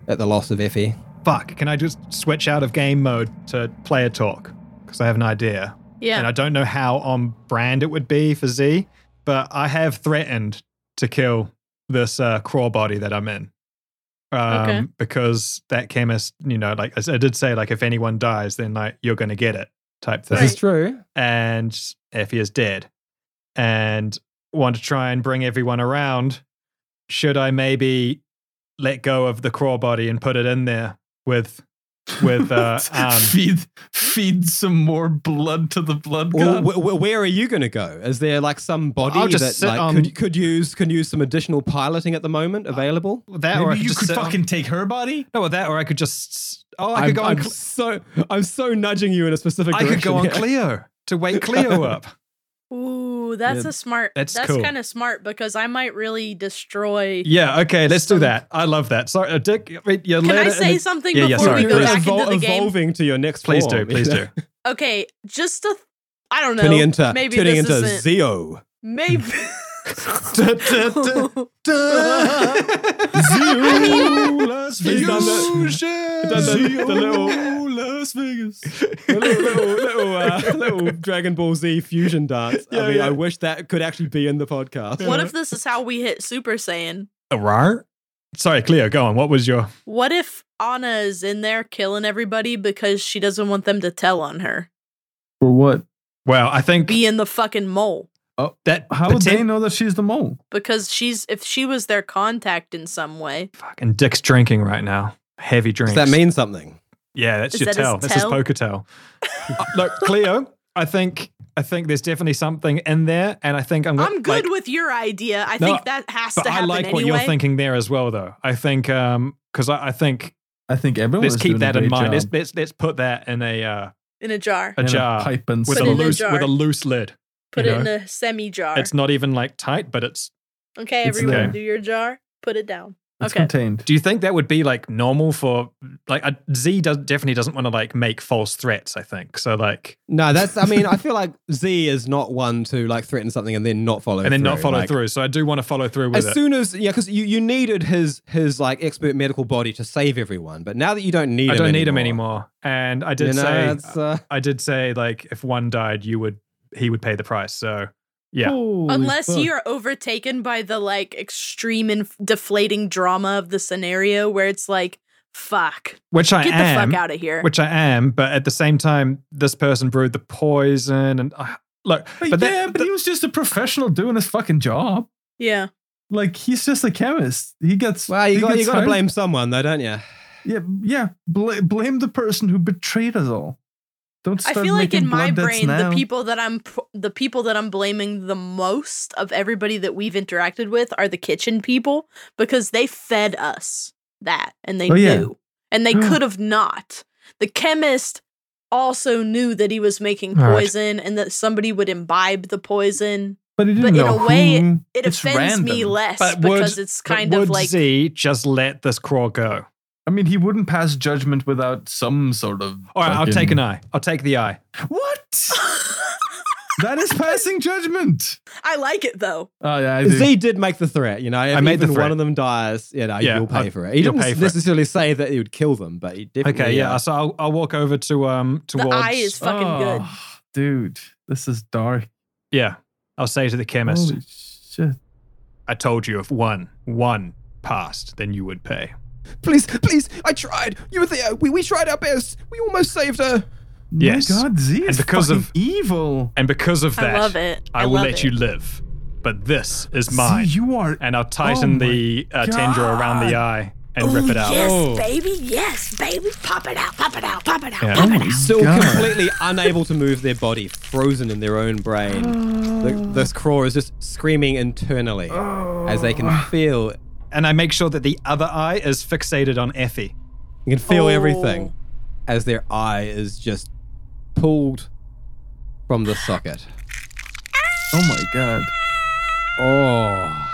at the loss of Effie. fuck, can I just switch out of game mode to player talk? Because I have an idea. Yeah. And I don't know how on brand it would be for Z, but I have threatened to kill this uh, craw body that I'm in. Um, Okay. Because that chemist, you know, like I, I did say, like if anyone dies, then like you're going to get it type thing. This is true. and Effie is dead and want to try and bring everyone around, should I maybe let go of the craw body and put it in there with with uh um, feed feed some more blood to the blood Well, god. wh- wh- where are you going to go? Is there like some body I'll just that sit um, like, on- could could use can use some additional piloting at the moment available? that or I Maybe you just could sit on- fucking take her body. no, or that or I could just s- oh I could I'm- go on I'm Cle- so I'm so nudging you in a specific. I could go on direction here. Cleo to wake Cleo up. Ooh, that's Yeah, a smart. that's That's, cool. kind of smart because I might really destroy. Yeah, okay, let's do that. I love that. Sorry, uh, Dick. I mean, you're Can later I in say the- something Yeah, yeah, before sorry. we go Please. back into the game? evolving to your next Please do, form, please you do. know? Okay, just a. I don't know. Turning into maybe turning this into isn't- Zeo. Maybe. Las He's done Vegas. that- done the- the little- Las Vegas. little little, little, uh, little Dragon Ball Z fusion dance. I mean, I wish that could actually be in the podcast. what if this is how we hit Super Saiyan? Rar? Sorry, Cleo, go on. What was your What if Anna is in there killing everybody because she doesn't want them to tell on her? For what? Well, I think Be in the fucking mole Oh, that How would poten- they know that she's the mole? because she's if she was their contact in some way. fucking Dick's drinking right now. Heavy drinks. Does that mean something? Yeah, that's Is your that his tell. That's his tell? poker tell. Uh, look, Cleo, I think I think there's definitely something in there, and I think I'm. I'm good like- with your idea. I No, think that has But to I happen like anyway. what you're thinking there as well, though. I think um because I, I think I think everyone. let's is keep doing a that in great mind. Let's, job. let's let's put that in a uh, in a jar. a In jar pipe and with Put stuff. a it in a loose jar. with a loose lid. Put you it in know? a semi jar. It's not even like tight, but it's. Okay, It's everyone, there. do your jar. Put it down. It's Okay. contained. Do you think that would be like normal for like a, Z does definitely doesn't want to like make false threats. I think so. Like No, that's. I mean, I feel like Z is not one to like threaten something and then not follow and then through. not follow Like, through. So I do want to follow through with As it. soon as yeah, because you, you needed his his like expert medical body to save everyone, but now that you don't need I him, don't anymore, need him anymore. And I did you know, say it's, uh, I did say like if one died, you would he would pay the price. So yeah. Unless you're overtaken by the like extreme and deflating drama of the scenario where it's like, fuck, Which I get am. the fuck out of here. Which I am, but at the same time, this person brewed the poison and uh, look, But, but, yeah, that, but he was just a professional doing his fucking job. yeah. Like he's just a chemist. He gets well, you he got you gets got to hired. blame someone though, don't you? Yeah, yeah. Bl- blame the person who betrayed us all. Don't I start feel like making in my blood debts brain, now. the people that I'm p- the people that I'm blaming the most of everybody that we've interacted with are the kitchen people because they fed us that and they Oh, yeah. knew and they could have not. The chemist also knew that he was making All right. poison and that somebody would imbibe the poison. But he didn't but in know a way, who- It It's offends me random. less But would- because it's but kind would of like Z just let this craw go? I mean, he wouldn't pass judgment without some sort of. All right, I'll fucking- take an eye. I'll take the eye. What? that is passing judgment. I like it though. Oh yeah, I do. Z did make the threat, you know. If I made the even threat. one of them dies, you know, Yeah, you'll pay I'll- for it. He you'll didn't pay for it. necessarily say that he would kill them, but he definitely. Okay, yeah. uh, So I'll, I'll walk over to um towards The eye is fucking good. Oh, dude. This is dark. yeah. I'll say to the chemist, Holy shit. I told you if one one passed, then you would pay. Please, please, I tried. You were there. We, we tried our best. We almost saved her. Yes. My God, Z is because fucking of- evil. And because of that, I love it. I will love let it. you live. but this is mine. you are- And I'll tighten Oh the uh, tendril around the eye and rip it out. Yes, Oh. baby. Yes, baby. Pop it out. Pop it out. Pop it out. Yeah. Pop it out. Still God. completely unable to move their body, frozen in their own brain. The, this craw is just screaming internally as they can feel. And I make sure that the other eye is fixated on Effie. Oh. You can feel everything Oh. as their eye is just pulled from the socket. Oh my god. Oh.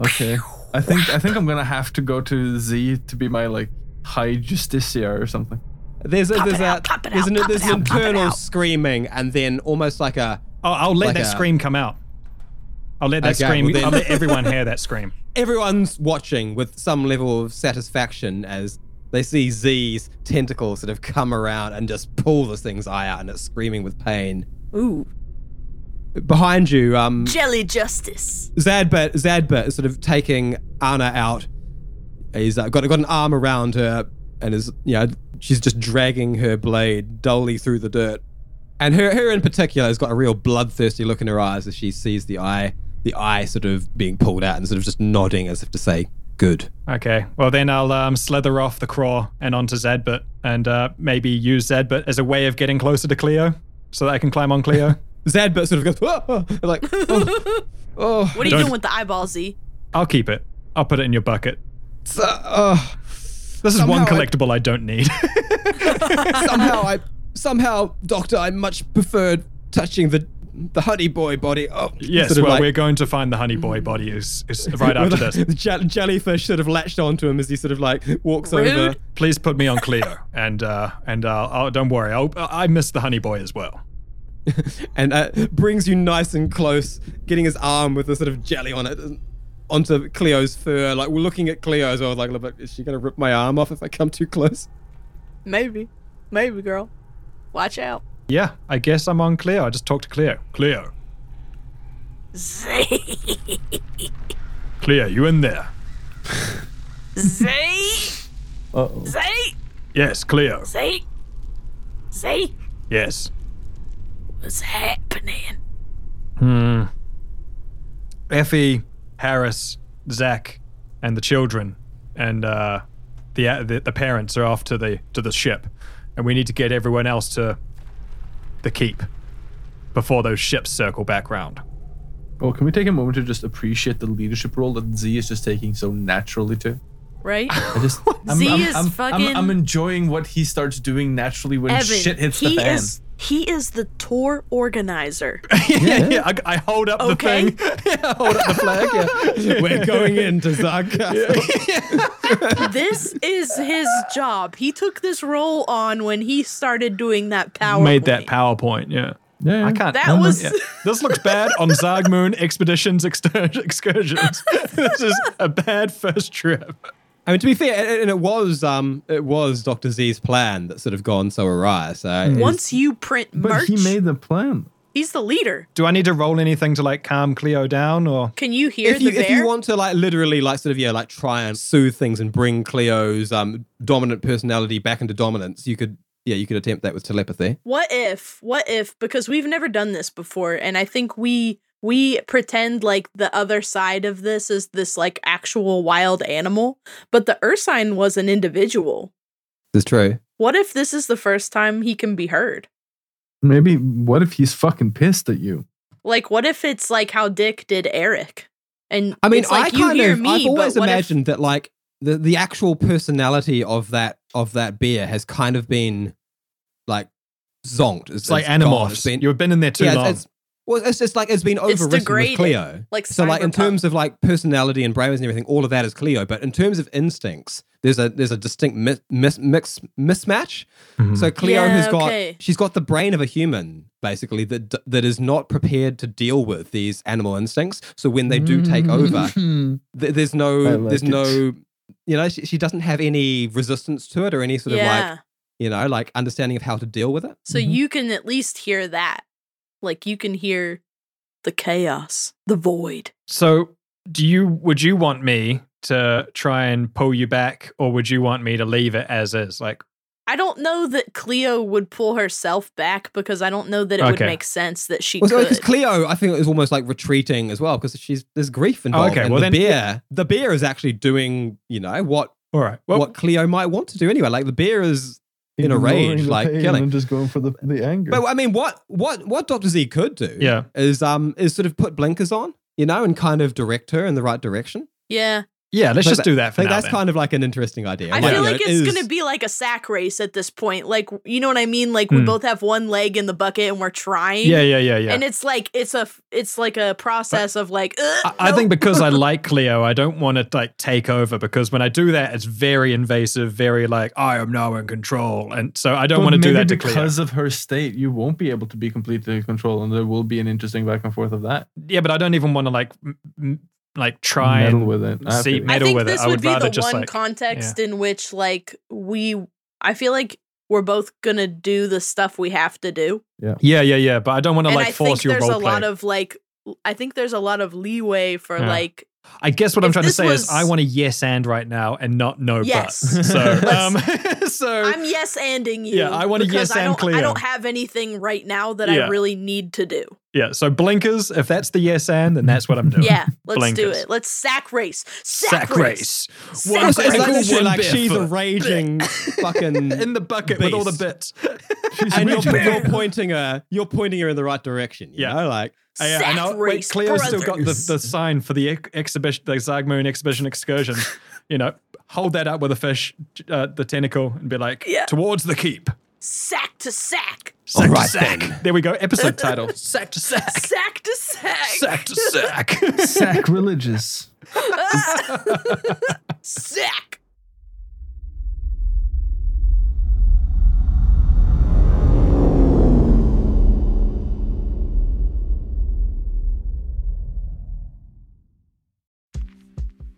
Okay. I think I think I'm gonna have to go to Z to be my like high justicia or something. There's a, there's it a, out, pop it there's out, an, pop there's it an out, pop it internal out. screaming and then almost like a Oh, I'll let Like that a- scream come out. I'll let that Okay, scream. well then- I'll let everyone hear that scream. everyone's watching with some level of satisfaction as they see Z's tentacles sort of come around and just pull this thing's eye out and it's screaming with pain. Ooh. Behind you, um, Jelly justice. Zadbit, Zadbit is sort of taking Anna out. He's uh, got got an arm around her and is you know she's just dragging her blade dully through the dirt. And her her in particular has got a real bloodthirsty look in her eyes as she sees the eye the eye sort of being pulled out and sort of just nodding as if to say good. Okay. Well, then I'll um, slither off the craw and onto Zadbit and uh, maybe use Zadbit as a way of getting closer to Cleo so that I can climb on Cleo. Zadbit sort of goes, "Oh," and like, oh, oh, What are you Don't- doing with the eyeball, Z? I'll keep it. I'll put it in your bucket. it's, uh, oh. This is one Somehow I- collectible I, don't need. somehow I, somehow, Doctor, I much preferred touching the the honey boy body. Oh, yes, sort of well, like- we're going to find the honey boy body is, is right with after the- this. The jell- jellyfish sort of latched onto him as he sort of like walks over. Please put me on Cleo, and uh, and uh, I'll, don't worry, I'll, I miss the honey boy as well. and uh, brings you nice and close, getting his arm with the sort of jelly on it onto Cleo's fur. Like we're looking at Cleo as well, like, look, is she gonna rip my arm off if I come too close? Maybe. Maybe, girl. Watch out. Yeah, I guess I'm on Cleo. I just talked to Cleo. Cleo, Z. Cleo, you in there? Z. Uh-oh. Z. Yes, Cleo. Z. Z. Yes. What's happening? Hmm. Effie, Harris, Zach, and the children, and uh, the, the the parents are off to the to the ship, and we need to get everyone else to the keep before those ships circle back round. Well, can we take a moment to just appreciate the leadership role that Z is just taking so naturally to? Right? I just I'm, Z I'm- is I'm- I'm- fucking- I'm, enjoying what he starts doing naturally when Evan. shit hits he the fan. is he is the tour organizer. yeah, yeah. I, I hold up the Okay. thing. Yeah, I hold up the flag. Yeah. We're going into Zarkar. this is his job. He took this role on when he started doing that power. Made that power. PowerPoint. Yeah. Yeah, yeah. I can't. That was- This looks bad on Zarg Moon expeditions exter- excursions. this is a bad first trip. I mean, to be fair, and- and it was um, it was Doctor Z's plan that sort of gone so awry. So Once you print But merch, he made the plan. he's the leader. Do I need to roll anything to like calm Cleo down, or Can you hear if you the if bear? you want to like literally like sort of yeah like try and soothe things and bring Cleo's um dominant personality back into dominance, you could yeah you could attempt that with telepathy. what if? What if? Because we've never done this before, and I think we we pretend like the other side of this is this like actual wild animal, but the Ursine was an individual. This is true. What if this is the first time he can be heard? Maybe what if he's fucking pissed at you? Like, what if it's like how Dick did Eric? And I mean, it's like I you kind hear of me, I've but always what if- imagined that like the the actual personality of that of that bear has kind of been like zonked. it's like animorphs? You've been in there too yeah, long. it's, it's well, it's just like it's been It's overwritten with degraded, Cleo. like so, like in cyberpunk. terms of like personality and brains and everything, all of that is Cleo. But in terms of instincts, there's a there's a distinct mi- mis- mix mismatch. Mm-hmm. So Cleo Yeah, has got okay. she's got the brain of a human basically that d- that is not prepared to deal with these animal instincts. So when they do take over, th- there's I no Mm-hmm. like there's it. no you know she, she doesn't have any resistance to it or any sort of yeah. like you know like understanding of how to deal with it. So you can at least hear that. Like you can hear the chaos, the void. So, do you would you want me to try and pull you back, or would you want me to leave it as is? Like, I don't know that Cleo would pull herself back because I don't know that it would Okay. make sense that she Well, could. because Cleo, I think, is almost like retreating as well because she's there's grief involved. Oh, okay, and well the then- bear, the bear is actually doing, you know, what All right. Well, what Cleo might want to do anyway. Like the bear is in a Ignoring rage, the like pain killing. and just going for the the anger. But I mean, what what what Doctor Z could do, Yeah. is um is sort of put blinkers on, you know, and kind of direct her in the right direction. yeah, yeah, let's Like just that- do that for Like now. that's then. kind of like an interesting idea. I Like, feel you know, like it it's is- gonna be like a sack race at this point. Like you know what I mean? Like we Hmm. both have one leg in the bucket and we're trying. yeah, yeah, yeah, yeah. And it's like it's a it's like a process of like. "Ugh, I, I nope." think because I like Cleo, I don't want to like take over because when I do that, it's very invasive, very like I am now in control, and so I don't But want to do maybe that to Cleo. because of her state, you won't be able to be completely in control, and there will be an interesting back and forth of that. Yeah, but I don't even want to like m- m- like try Meddle and with it. I see feel you. I meddle think with this it. I would, would be rather the just one like context in which like we. I feel like we're both gonna do the stuff we have to do. yeah, yeah, yeah. But I don't want to and like I force think your there's role a lot play. of like I think there's a lot of leeway for Yeah. like I guess what I'm if trying to this say was- is I want a yes and right now and not no Oh, but. Yes. So um, Let's- so I'm yes anding you. Yeah, I want a because yes I and don't, I Cleo. don't have anything right now that Yeah. I really need to do. yeah, so blinkers. If that's the yes and, then that's what I'm doing. Yeah, let's do Blinkers. it. Let's sack race. Sack, Sack race. race. Sack One It's like, race. Ankle, literally one like barefoot. she's a raging fucking in the bucket with all the bits. and you're, Bear. you're pointing her you're pointing her in the right direction you Yeah. know like Oh, yeah, Sack I know. Wait, race. Cleo's still got the, brothers. the sign for the ex- exhibition, the Zagmoon exhibition excursion. you know, hold that up with a fish, uh, the tentacle, and be like, Yeah. towards the keep. sack to sack. Sack All right, to sack. then. There we go. Episode title. sack to sack. Sack to sack. Sack to sack. sacrilegious. sack.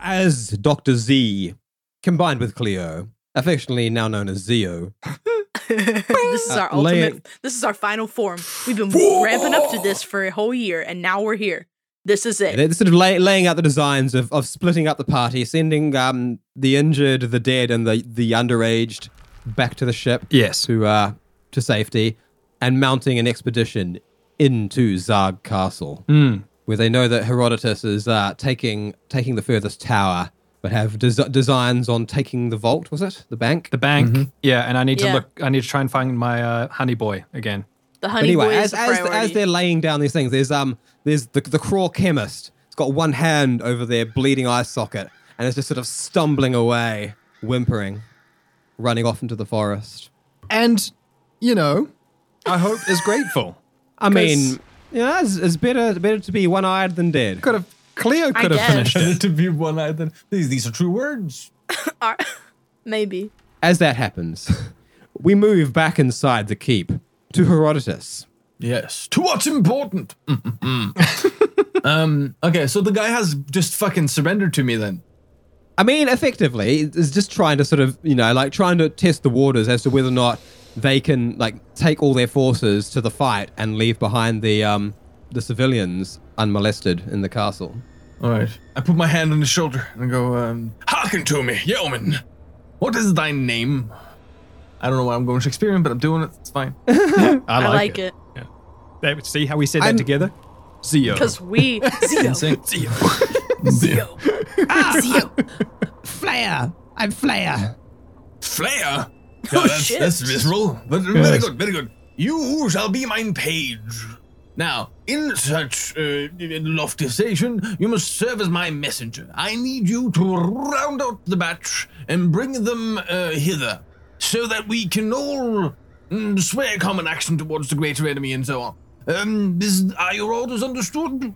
as Dr. Z combined with Cleo affectionately now known as Zio this is Uh, our lay ultimate. This is our final form. We've been ramping up to this for a whole year, and now we're here. This is it. they're sort of lay, laying out the designs of, of splitting up the party sending um the injured the dead and the the underaged back to the ship Yes. to uh to safety and mounting an expedition into Zarg Castle Hmm. where they know that Herodotus is uh, taking taking the furthest tower, but have des- designs on taking the vault. Was it the bank? The bank. Yeah, and I need Yeah. to look. I need to try and find my uh, honey boy again. The But honey anyway, boy as, is a as, priority. as they're laying down these things, there's um there's the the craw chemist. It's got one hand over their bleeding eye socket, and it's just sort of stumbling away, whimpering, running off into the forest. And, you know, I hope is grateful. I 'Cause- mean, yeah, it's, it's better better to be one eyed than dead. Could have Cleo could guess. have finished it. And to be one eyed, then these these are true words. Are- maybe. As that happens, we move back inside the keep to Herodotus. Yes. To what's important. Mm-hmm. um. Okay. So the guy has just fucking surrendered to me then. I mean, effectively, it's just trying to sort of, you know, like trying to test the waters as to whether or not they can like take all their forces to the fight and leave behind the um the civilians unmolested in the castle. All right. I put my hand on his shoulder and I go, um, "Hearken to me, yeoman. What is thy name?" I don't know why I'm going Shakespearean, but I'm doing it. It's fine. I I like, like it. it They- See how we said I'm- that together? Zio. because we. Zio. Zio. Zio. Ah. Flair. I'm Flair. Flair. Oh, that's, shit. that's visceral. But very good, very good. You shall be mine page. Now, in such uh, lofty station, you must serve as my messenger. I need you to round out the batch and bring them uh, hither, so that we can all mm, swear common action towards the greater enemy, and so on. Um, is, are your orders understood?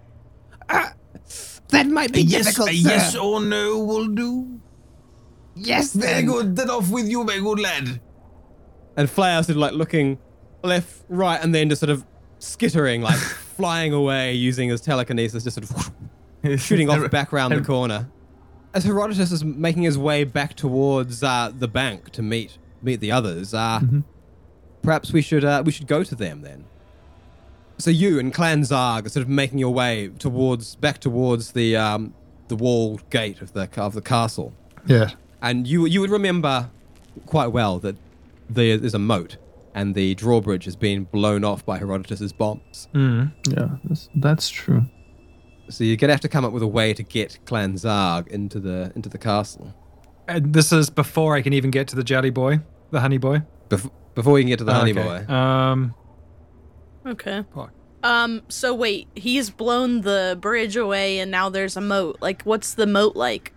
That might be A yes, difficult, a sir. yes or no will do. Yes, Very then. good. Then off with you, my good lad. And Flare's sort of like looking left, right, and then just sort of skittering, like flying away using his telekinesis, just sort of shooting off back round the corner. As Herodotus is making his way back towards uh, the bank to meet meet the others, uh, perhaps we should uh, we should go to them then. So you and Clan Zarg are sort of making your way towards back towards the um, the walled gate of the of the castle, Yeah. and you you would remember quite well that there is a moat and the drawbridge has been blown off by Herodotus's bombs. Mm-hmm. Yeah, that's, that's true. So you're gonna have to come up with a way to get Clan Zarg into the into the castle. And this is before I can even get to the jelly boy, the honey boy. Bef- before you can get to the honey Okay. boy. Um, Okay. Fuck. Um. So wait, he's blown the bridge away, and now there's a moat. Like, what's the moat like?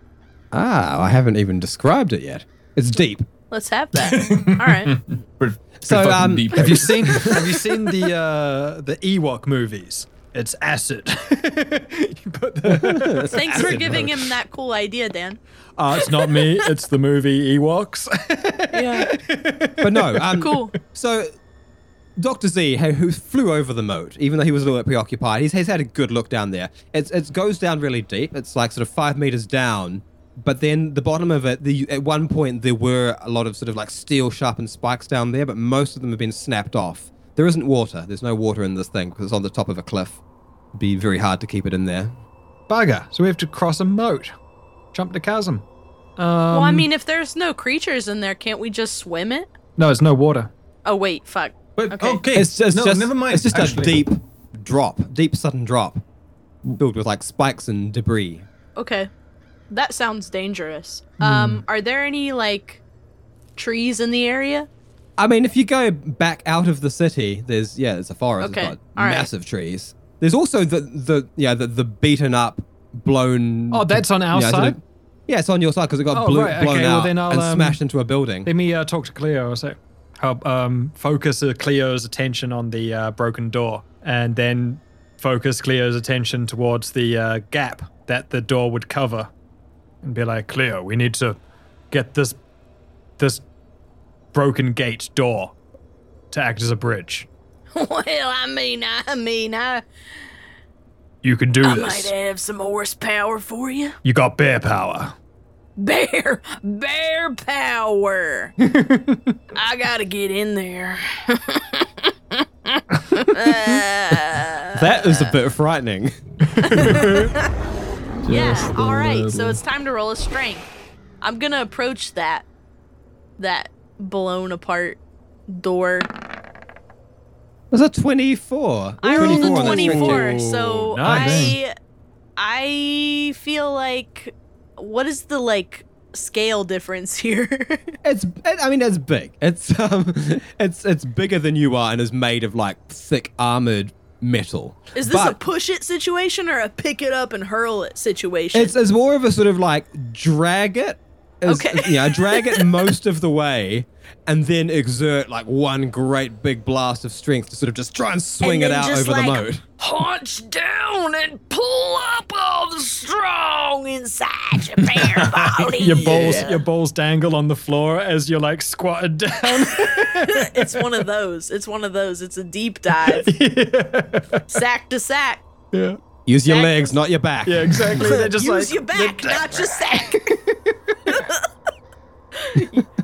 Ah, I haven't even described it yet. It's deep. Let's have that. All right. So um, have you seen Have you seen the uh, the Ewok movies? It's acid. you put the, Thanks for giving him that cool idea, Dan. uh, it's not me. It's the movie Ewoks. Yeah. but no. Um, Cool. So Doctor Z, who- who flew over the moat, even though he was a little bit preoccupied, he's, he's had a good look down there. It's it goes down really deep. It's like sort of five meters down. But then the bottom of it, the, at one point there were a lot of sort of like steel sharpened spikes down there, but most of them have been snapped off. There isn't water. There's no water in this thing because it's on the top of a cliff. It'd be very hard to keep it in there. Bugger. So we have to cross a moat, jump the chasm. Um, well, I mean, if there's no creatures in there, can't we just swim it? no, it's no water. Oh wait, fuck. But Okay. okay, It's just, no, just- never mind. It's just actually. a deep drop, deep sudden drop, filled with like spikes and debris. Okay. That sounds dangerous. Um. Are there any like trees in the area? I mean, if you go back out of the city, there's yeah, there's a forest. Okay, It's got all right. massive trees. There's also the the yeah the, the beaten up, blown. Oh, that's on our yeah, sort of- side? yeah, it's on your side because it got Oh, blew, right, blown okay, well, out then I'll, and um, smashed into a building. Let me uh, talk to Cleo. So, help um, focus uh, Cleo's attention on the uh, broken door, and then focus Cleo's attention towards the uh, gap that the door would cover, and be like, Cleo, we need to get this this broken gate door to act as a bridge. well, I mean, I mean, I You can do might this. have some horsepower for you. You got bear power. Bear, bear power. I gotta get in there. that is a bit frightening. Yeah. All right. So it's time to roll a strength. I'm gonna approach that that blown apart door. There's a twenty-four. I rolled a on this thing, too. 24, so nice. I I feel like what is the like scale difference here? It's it, I mean it's big. It's um it's it's bigger than you are and is made of like thick armored metal. is this a But- push it situation or a pick it up and hurl it situation? It's, it's more of a sort of like drag it. It's- Okay. Yeah, drag it most of the way and then exert like one great big blast of strength to sort of just try and swing And it then out just, over the like, moat. Hunch down and pull up all the strong inside your bare body. Your balls, your balls dangle on the floor as you're like squatted down. it's one of those. It's one of those. It's a deep dive. Sack to sack. yeah, Use your Exactly. legs, not your back. yeah, exactly. They're just Use like your back, not your sack.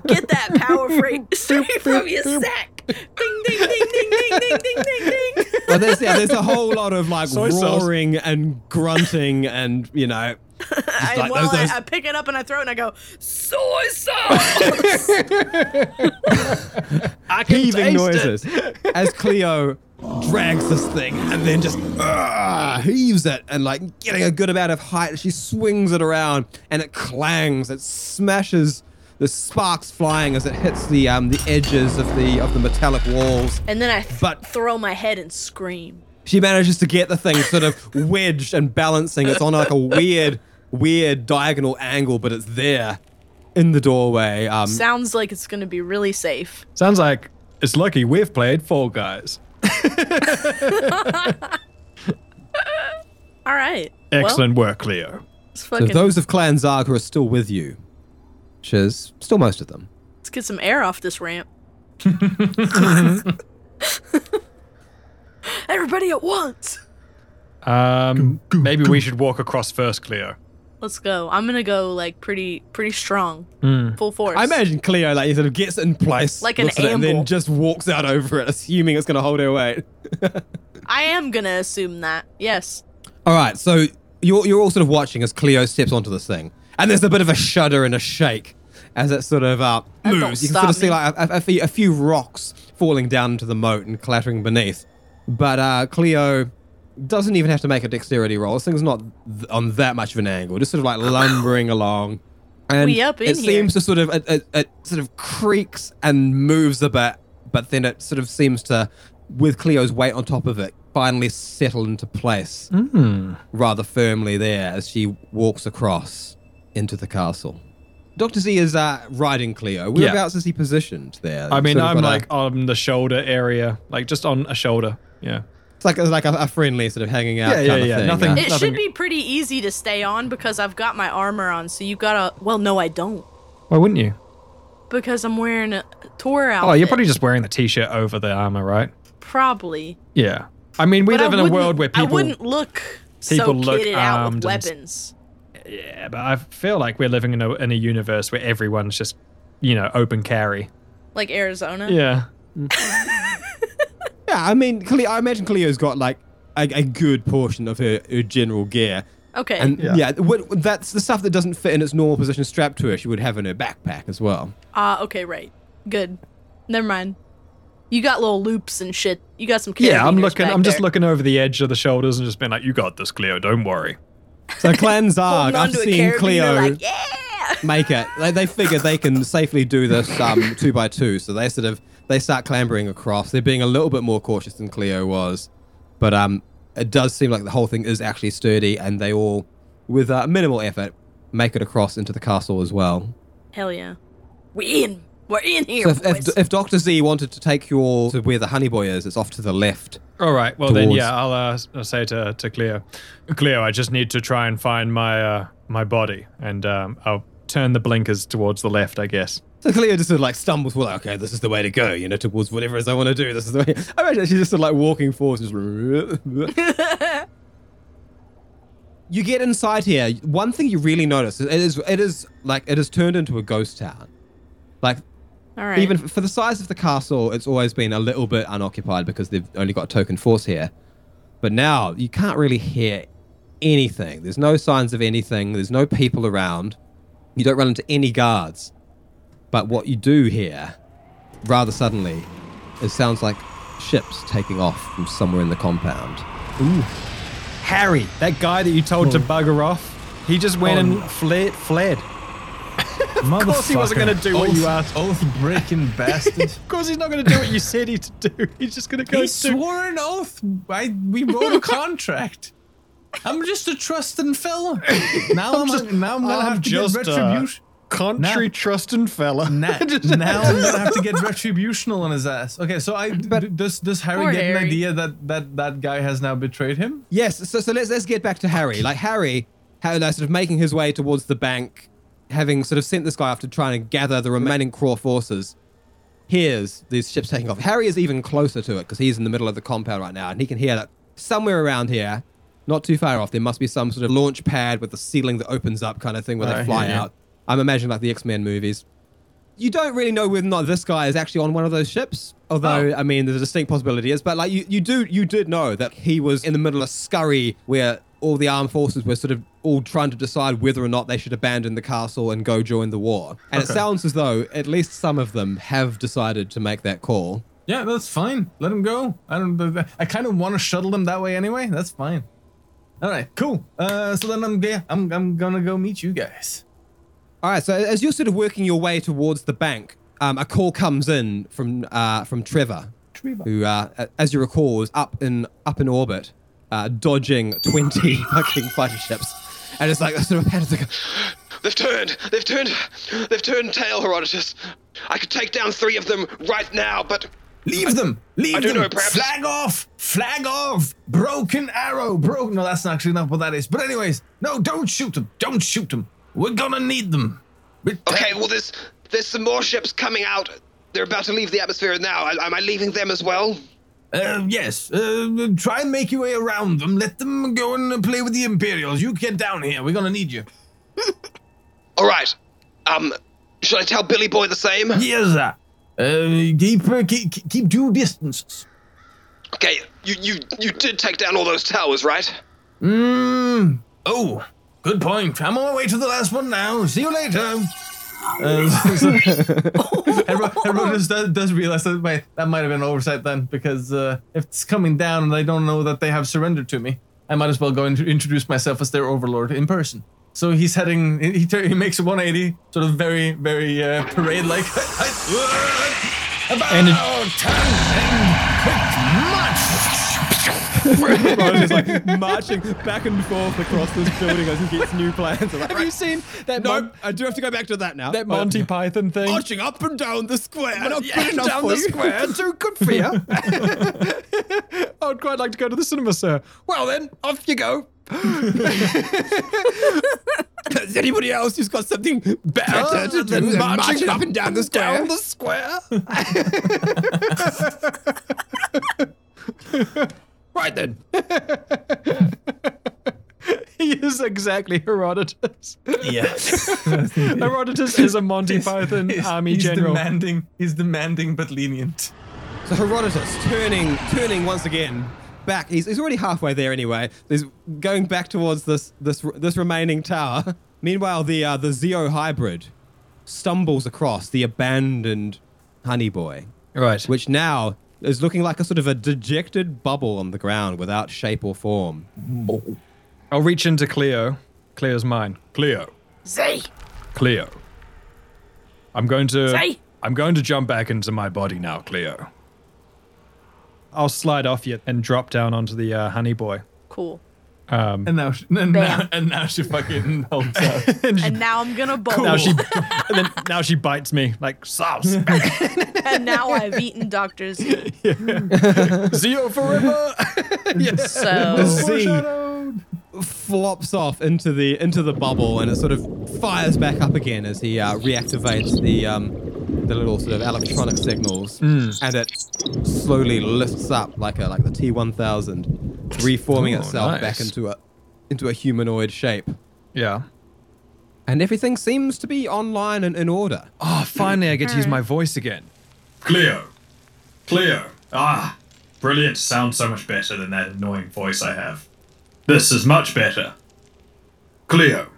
Get that power free straight from your sack. Ding ding ding ding ding ding ding ding ding. Well, there's, yeah, there's a whole lot of like Soy sauce. roaring and grunting and, you know, I, like well, those- those- I, I pick it up and I throw it and I go, soy sauce! heaving noises as Cleo drags this thing and then just uh, heaves it and like getting a good amount of height she swings it around and it clangs it smashes the sparks flying as it hits the um the edges of the of the metallic walls and then I th- But- throw my head and scream. she manages to get the thing sort of wedged and balancing it's on like a weird weird diagonal angle but it's there in the doorway um Sounds like it's going to be really safe. Sounds like It's lucky we've played Fall Guys. All right. Well, Excellent work, Leo. let's So fucking those of Clan Zarg who are still with you, which is still most of them. let's get some air off this ramp. Everybody at once. Um, maybe we should walk across first, Leo. Let's go. I'm gonna go like pretty pretty strong, Mm. full force. I imagine Cleo like sort of gets it in place, Like an looks at it, and amble. then just walks out over it, assuming it's going to hold her weight. I am gonna assume that. Yes. All right, so you're you're all sort of watching as Cleo steps onto this thing, and there's a bit of a shudder and a shake as it sort of uh, That don't moves. You can stop sort of see me. like a, a- a few, a few rocks falling down into the moat and clattering beneath, but uh, Cleo doesn't even have to make a dexterity roll. This thing's not th- on that much of an angle, just sort of like lumbering along. And We up in it here. seems to sort of it, it, it sort of creaks and moves a bit, but then it sort of seems to, with Cleo's weight on top of it, finally settle into place Hmm. rather firmly there as she walks across into the castle. Doctor Z is uh, riding Cleo. Whereabouts is he positioned there? I mean, Sort of I'm got a- like on the shoulder area, like just on a shoulder. Yeah. it's like it's like a, a friendly sort of hanging out. Yeah, yeah, kind of yeah. Thing. Nothing- uh, It Nothing- should be pretty easy to stay on because I've got my armor on. So you gotta. Well, no, I don't Why wouldn't you? because I'm wearing a tour outfit. Oh, you're probably just wearing the t-shirt over the armor, right? probably. Yeah. I mean, we But I live in a wouldn't- world where I people. wouldn't look so people look kitted out armed with and s- weapons. Yeah, but I feel like we're living in a in a universe where everyone's just, you know, open carry. Like Arizona. Yeah. yeah, I mean, Cleo, I imagine Cleo's got like a, a good portion of her, her general gear, Okay. and yeah, what, that's the stuff that doesn't fit in its normal position strapped to her. She would have in her backpack as well. Ah, okay, right. Good. Never mind. You got little loops and shit. You got some. Yeah, I'm carabiners looking. back I'm just there. looking over the edge of the shoulders and just being like, "You got this, Cleo. Don't worry." So Clan Zarg, Holding I've onto a seen carabiner Cleo like, yeah. make it. They, they figure they can safely do this um, two by two, so they sort of they start clambering across. They're being a little bit more cautious than Cleo was, but um, it does seem like the whole thing is actually sturdy, and they all, with uh, minimal effort, make it across into the castle as well. Hell yeah. We in. We're in So here, if, boys. if, if Doctor Z wanted to take you all to where the honey boy is, it's off to the left. All right. Well then, Towards- yeah, I'll, uh, s- I'll say to to Cleo, Cleo, I just need to try and find my uh, my body, and um, I'll turn the blinkers towards the left, I guess. So Cleo just sort of like stumbles, well, okay, this is the way to go, you know, towards whatever it is I want to do. This is the way. I imagine she's just sort of like walking forwards. Just you get inside here. One thing you really notice is it is it is like it is turned into a ghost town. Like All right. even for the size of the castle, it's always been a little bit unoccupied because they've only got a token force here. But now you can't really hear anything. There's no signs of anything. There's no people around. You don't run into any guards. But what you do hear, rather suddenly, it sounds like ships taking off from somewhere in the compound. Harry, that guy that you told Hmm. to bugger off, he just went and fled. Fled. Motherfucker. Of course, he wasn't going to do what oath, you asked. Oath breaking bastard. Of course, he's not going to do what you said he to do. He's just going to go he do. swore an oath. I, we wrote a contract. I'm just a trusting fella. Now I'm, now I'm gonna have to get retribution. country Nah. trusting fella. Na- now I'm gonna have to get retributional on his ass. Okay, so I does does Poor Harry get an Harry. idea that that that guy has now betrayed him? Yes, so so let's let's get back to Harry. Like Harry, how like, sort of making his way towards the bank, having sort of sent this guy off to try and gather the remaining Craw forces, hears these ships taking off. Harry is even closer to it because he's in the middle of the compound right now, and he can hear that somewhere around here, not too far off, there must be some sort of launch pad with a ceiling that opens up, kind of thing where they Oh, fly yeah, yeah. out. I'm imagining like the X Men movies. You don't really know whether or not this guy is actually on one of those ships. Although, I mean, there's a distinct possibility is, but like you, you do, you did know that he was in the middle of a scurry where all the armed forces were sort of all trying to decide whether or not they should abandon the castle and go join the war. And it sounds as though at least some of them have decided to make that call. Yeah, that's fine. Let him go. I don't. I kind of want to shuttle them that way anyway. That's fine. All right, cool. Uh, so then I'm yeah, I'm I'm gonna go meet you guys. All right. So as you're sort of working your way towards the bank, um, a call comes in from uh, from Trevor, who, uh, a- as you recall, was up in up in orbit, uh, dodging twenty fucking fighter ships, and it's like a sort of panic. it's like, They've turned. They've turned. They've turned tail, Herodotus. I could take down three of them right now, but Leave them. Leave I do them. know, perhaps- Flag off. Flag off. Broken arrow. Broken. No, that's not actually not what that is. But anyways, no, don't shoot them. Don't shoot them. We're gonna need them. We're- Okay, well, there's there's some more ships coming out. They're about to leave the atmosphere now. Am I leaving them as well? Uh, yes. Uh, try and make your way around them. Let them go and play with the Imperials. You get down here. We're gonna need you. All right. Um, should I tell Billy Boy the same? Yes. sir. Uh, keep, uh, keep keep- keep due distances. Okay. You you you did take down all those towers, right? Mmm. Oh, good point. I'm on my way to the last one now. See you later. Uh, everyone, everyone just does, does realize that my, that might have been an oversight then, because uh, if it's coming down and they don't know that they have surrendered to me, I might as well go and introduce myself as their overlord in person. So he's heading. He, tur- he makes a 180, sort of very, very uh, parade-like. About And it- time and quick march. Ronan is like marching back and forth across this building as he gets new plans. I'm like, have you seen that? Nope. Mon- I do have to go back to that now. Uh, That Monty Python thing. marching up and down the square. Not good enough down for the you. square. Too good for you. I would quite like to go to the cinema, sir. Well then, off you go. Has anybody else who's got something Oh, better to do than than marching marching up up and down the square? down the square. right then. He is exactly Herodotus. Yes. Herodotus is a Monty Python army he's general. Demanding, he's demanding but lenient. So Herodotus turning, turning once again back. He's, he's already halfway there anyway. He's going back towards this this this remaining tower. Meanwhile, the uh, the Zeo hybrid stumbles across the abandoned Honey Boy, Right. which now is looking like a sort of a dejected bubble on the ground without shape or form. I'll reach into Cleo. Cleo's mine. Cleo. Z, Cleo. I'm going to. Say. I'm going to jump back into my body now, Cleo. I'll slide off you and drop down onto the uh, honey boy. Um, Cool. And now, she, and now, Bam. and now she fucking holds out. And now I'm gonna bowl. Now she, and then now she bites me like sauce. and now I've eaten Dr. Z. Zio forever. So flops off into the into the bubble and it sort of fires back up again as he uh, reactivates the um, the little sort of electronic signals Hmm. and it slowly lifts up like a like the T one thousand, reforming Oh, itself back nice. into a into a humanoid shape. yeah. And everything seems to be online and in order. Oh, finally I get to use Hmm. my voice again. Cleo. Cleo. Ah, brilliant. Sounds so much better than that annoying voice I have. This is much better. Cleo.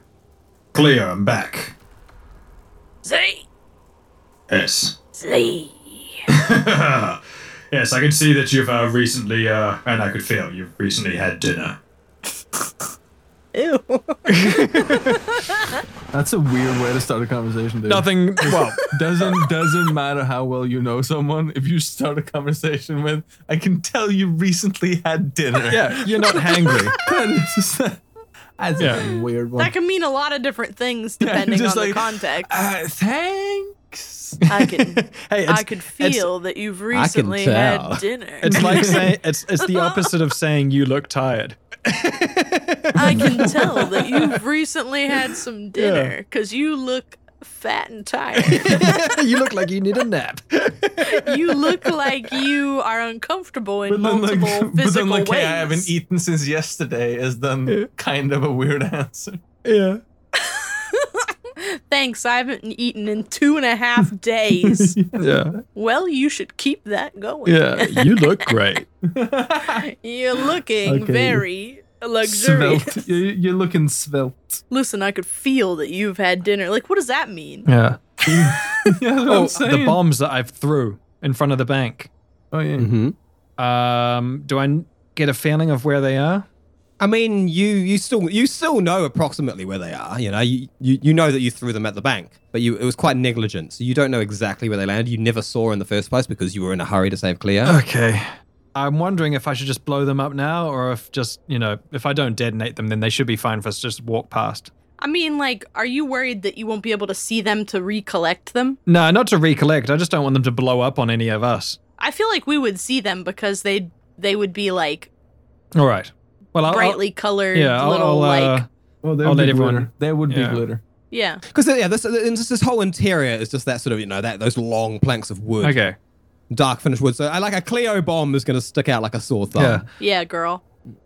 Cleo, I'm back. Z, Yes. Z. Yes, I can see that you've uh, recently, uh, and I could feel you've recently had dinner. ew. That's a weird way to start a conversation, dude. Nothing. Well, Doesn't doesn't matter how well you know someone. If you start a conversation with, I can tell you recently had dinner. yeah, you're not hangry. It's just- that's Yeah. a weird one. That can mean a lot of different things depending just on the like, context. Uh, thanks. I can Hey, it's, I could it's- feel that you've recently tell. had dinner. It's like saying it's it's the opposite of saying you look tired. I can tell that you've recently had some dinner Yeah. because you look fat and tired. you look like you need a nap. you look like you are uncomfortable in But then, like, multiple but physical then, like, ways. hey, I haven't eaten since yesterday is then kind of a weird answer. Yeah. Thanks, I haven't eaten in two and a half days. Yeah. well, you should keep that going. Yeah. You look great. You're looking Okay. very luxurious. Svelte. You- You're looking svelte. Listen, I could feel that you've had dinner. Like, what does that mean? Yeah. Yeah, that's what Oh, I'm the saying. bombs that I've threw in front of the bank. Oh yeah. Mm-hmm. Um, do I n- get a feeling of where they are? I mean, you you still you still know approximately where they are. You know, you, you you know that you threw them at the bank, but you it was quite negligent, so you don't know exactly where they landed. You never saw in the first place because you were in a hurry to save Cleo. Okay. I'm wondering if I should just blow them up now, or if just you know, if I don't detonate them, then they should be fine for us to just walk past. I mean, like, are you worried that you won't be able to see them to recollect them? No, not to recollect. I just don't want them to blow up on any of us. I feel like we would see them because they they would be like All right. Well, I'll, I'll- brightly colored yeah, I'll, little I'll, like uh, Well, they I'll would let be everyone- glitter. They would yeah. be glitter. yeah. Because yeah, this, uh, this this whole interior is just that sort of you know that those long planks of wood, okay. dark finished wood. So I like a Cleo bomb is going to stick out like a sore thumb. Yeah. Yeah, girl.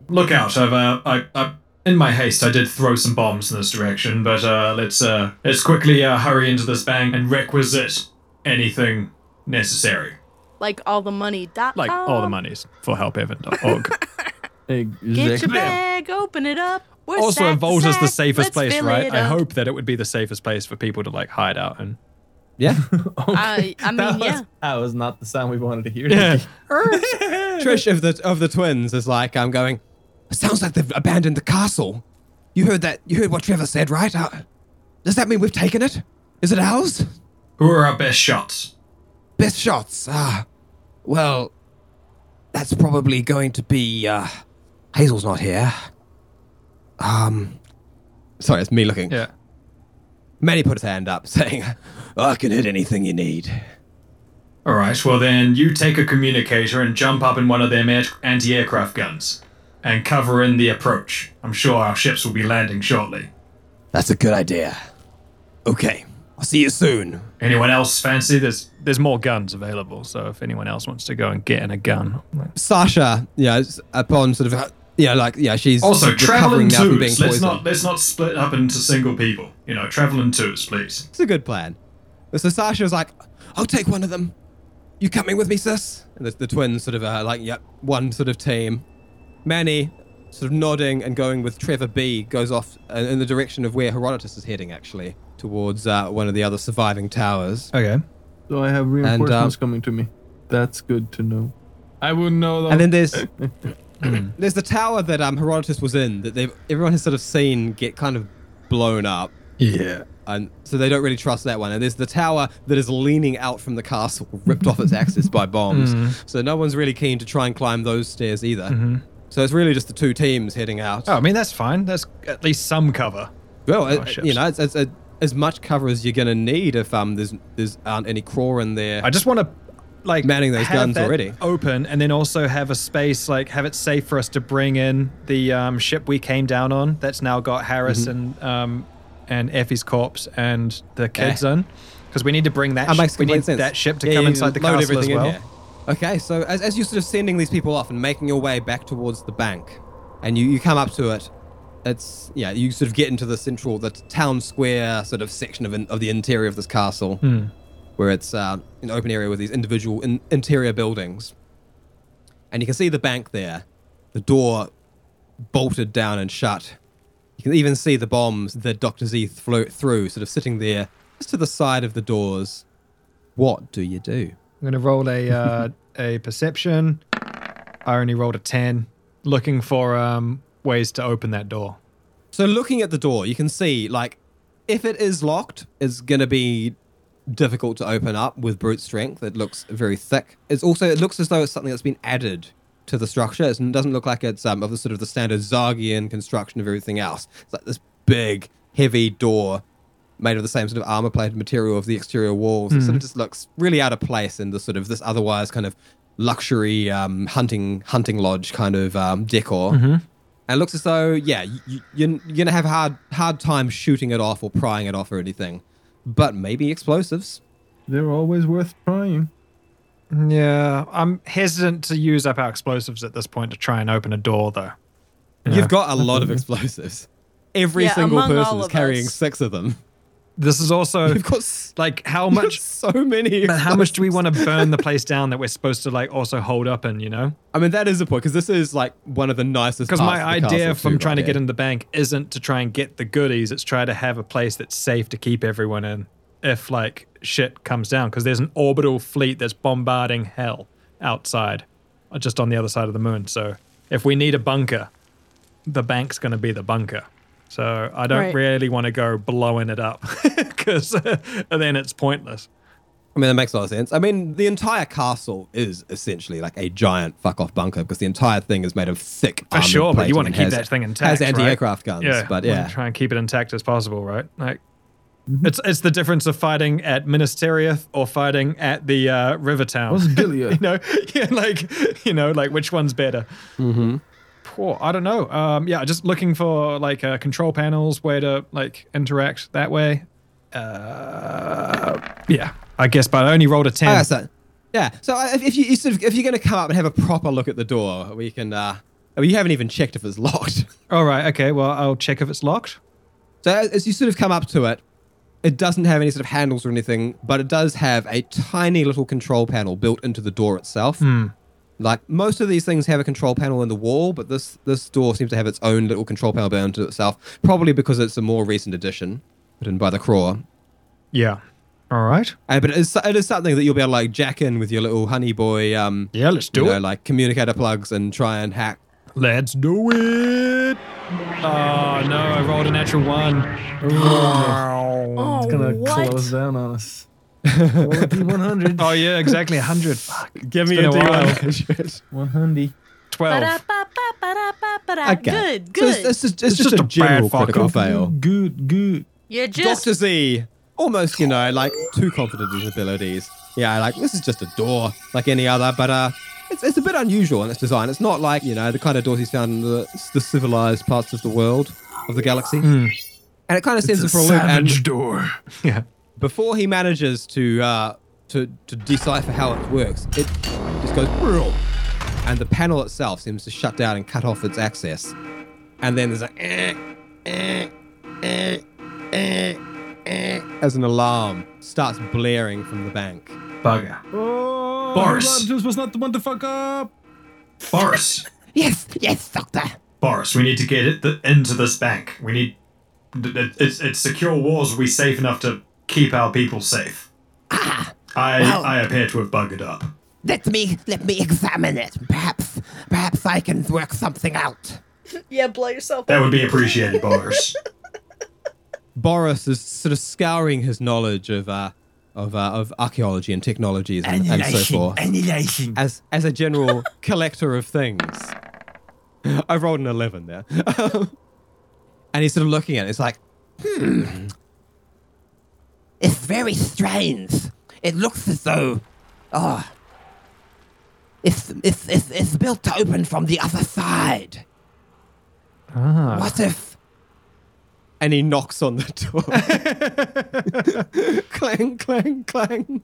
Look out! I've, uh, I, I, in my haste, I did throw some bombs in this direction, but uh, let's uh, let's quickly uh, hurry into this bank and requisite anything necessary. Like all the money. Dot Like all the monies for helpevan.org. Oh. Get your Exactly. bag, open it up. We're also, sack to Evolve is the sack, safest let's place, fill right? it I up. hope that it would be the safest place for people to like hide out and. Yeah. Oh. I, I mean, That was, yeah. that was not the sound we wanted to hear. Trish of the of the twins is like I'm going. Sounds like they've abandoned the castle. You heard that? You heard what Trevor said, right? Uh, does that mean we've taken it? Is it ours? Who are our best shots? Best shots. Ah, well, that's probably going to be. uh Hazel's not here. Um, sorry, it's me looking. Yeah. Manny put his hand up, saying, "I can hit anything you need." All right. Well, then you take a communicator and jump up in one of them air- anti-aircraft guns and cover in the approach. I'm sure our ships will be landing shortly. That's a good idea. Okay, I'll see you soon. Anyone else fancy? There's there's more guns available, so if anyone else wants to go and get in a gun. Sasha, yeah, s- upon sort of, uh, yeah, like, yeah, she's Also, travel in recovering now from being twos. Let's poisoned. not let's not split up into single people. You know, travel in twos, please. It's a good plan. So Sasha's like, I'll take one of them. You coming with me, sis? And the, the twins sort of uh, like, yep, one sort of team. Manny, sort of nodding and going with Trevor B, goes off uh, in the direction of where Herodotus is heading, actually, towards uh, one of the other surviving towers. Okay. So I have reinforcements uh, coming to me. That's good to know. I wouldn't know though. And then there's there's the tower that um, Herodotus was in that they everyone has sort of seen get kind of blown up. Yeah. and so they don't really trust that one. And there's the tower that is leaning out from the castle, ripped off its axis by bombs. Mm. So no one's really keen to try and climb those stairs either. So it's really just the two teams heading out. Mm-hmm. Oh, I mean that's fine. That's at least some cover. well, it- oh, ships. you know, it's, it's, it's as much cover as you're gonna need if um there's there's aren't any craw in there. I just want to like Manning those have guns that already. open, and then also have a space like have it safe for us to bring in the um, ship we came down on. That's now got Harris Mm-hmm. and um, and Effie's corpse and the kids in, because we need to bring that. Eh. That makes Sh- we need complete sense. that ship to Yeah, come you inside the load castle as everything in well. here. Okay, so as, as you're sort of sending these people off and making your way back towards the bank, and you, you come up to it, it's yeah, you sort of get into the central, the t- town square sort of section of, in, of the interior of this castle, where it's uh, an open area with these individual in, interior buildings, and you can see the bank there, the door bolted down and shut. You can even see the bombs that Doctor Z float through, sort of sitting there just to the side of the doors. What do you do? I'm gonna roll a uh, a perception. I only rolled a ten, looking for um, ways to open that door. So looking at the door, you can see like if it is locked, it's gonna be difficult to open up with brute strength. It looks very thick. It's also it looks as though it's something that's been added to the structure. It's- It doesn't look like it's um, of the sort of the standard Zargian construction of everything else. It's like this big, heavy door made of the same sort of armor plated material of the exterior walls. It sort of just looks really out of place in the sort of this otherwise kind of luxury um, hunting hunting lodge kind of um, decor. Mm-hmm. And it looks as though, yeah, you, you're, you're gonna have hard hard time shooting it off or prying it off or anything, but maybe explosives. They're always worth trying. Yeah, I'm hesitant to use up our explosives at this point to try and open a door, though. You've got a lot of explosives. Every Yeah, single among person all is of carrying us. six of them. This is also You've got s- like how you've got much, so many. but how much do we want explosives. to burn the place down that we're supposed to like also hold up in, you know? I mean, that is a point because this is like one of the nicest. Because parts my of the idea castle from too, trying to right get here. in the bank isn't to try and get the goodies; it's try to have a place that's safe to keep everyone in if like shit comes down. Because there's an orbital fleet that's bombarding hell outside, uh, just on the other side of the moon. So if we need a bunker, the bank's going to be the bunker. So I don't Right. really want to go blowing it up because then it's pointless. I mean, that makes a lot of sense. I mean, the entire castle is essentially like a giant fuck off bunker because the entire thing is made of thick. For armored sure, but you plating want to um, and keep has- that thing intact. Has anti aircraft right? guns, but wanna yeah. try and keep it intact as possible, right? Like, It's it's the difference of fighting at Minas Tirith or fighting at the uh, River Town. What's Gilead? you know, yeah, like you know, like which one's better? Mm-hmm. Poor, I don't know. Um, yeah, just looking for like uh, control panels where to like interact that way. Uh, yeah, I guess, but I only rolled a ten. I understand. Yeah. Ah, So uh, if, if you, you sort of, if you're going to come up and have a proper look at the door, we can. Uh, I mean, you haven't even checked if it's locked. All right, okay. Well, I'll check if it's locked. So as, as you sort of come up to it, it doesn't have any sort of handles or anything, but it does have a tiny little control panel built into the door itself. Hmm. Like most of these things have a control panel in the wall, but this this door seems to have its own little control panel built into itself, probably because it's a more recent addition put in by the Craw. Yeah. All right. Uh, but it is, it is something that you'll be able to like jack in with your little honey boy. Um, Yeah, let's do you know, it. like communicator plugs and try and hack. Let's do it. Oh no, I rolled a natural one. Oh, It's gonna what? close down on us. One hundred. Oh yeah, exactly. hundred. Fuck. Give me a One hundred. Twelve. Ba-da-ba-ba-ba-da-ba-ba-da. Good, So good. it's, it's just, it's just, a, general bad fuck critical off. fail. Good, good. you just Doctor Z, almost you know, like too confident in his abilities. Yeah, like this is just a door like any other, but uh, it's, it's a bit unusual in its design. It's not like you know the kind of doors he's found in the, the civilized parts of the world of the galaxy. And it kind of sends him for a loop. And door. Yeah. before he manages to uh, to to decipher how it works, it just goes "Brrrl," and the panel itself seems to shut down and cut off its access. And then there's a eh, eh, eh, eh, eh, as an alarm starts blaring from the bank. Bugger. Oh, Boris. This was not the one to fuck up. Boris. Yes, yes, Doctor. Boris, we need to get it th- into this bank. We need. th- th- It's, it's secure walls will be safe enough to keep our people safe. Ah. I, well- I appear to have buggered up. Let me let me examine it. Perhaps perhaps I can work something out. yeah, blow yourself That up. would be appreciated, Boris. Boris is sort of scouring his knowledge of uh, of uh, of archaeology and technologies and, and so forth. Annihilation. as as a general collector of things. I rolled an eleven there, and he's sort of looking at it. It's like It's very strange. It looks as though, oh, it's, it's, it's, it's built to open from the other side. Ah. Ah. What if? and he knocks on the door. clang, clang, clang.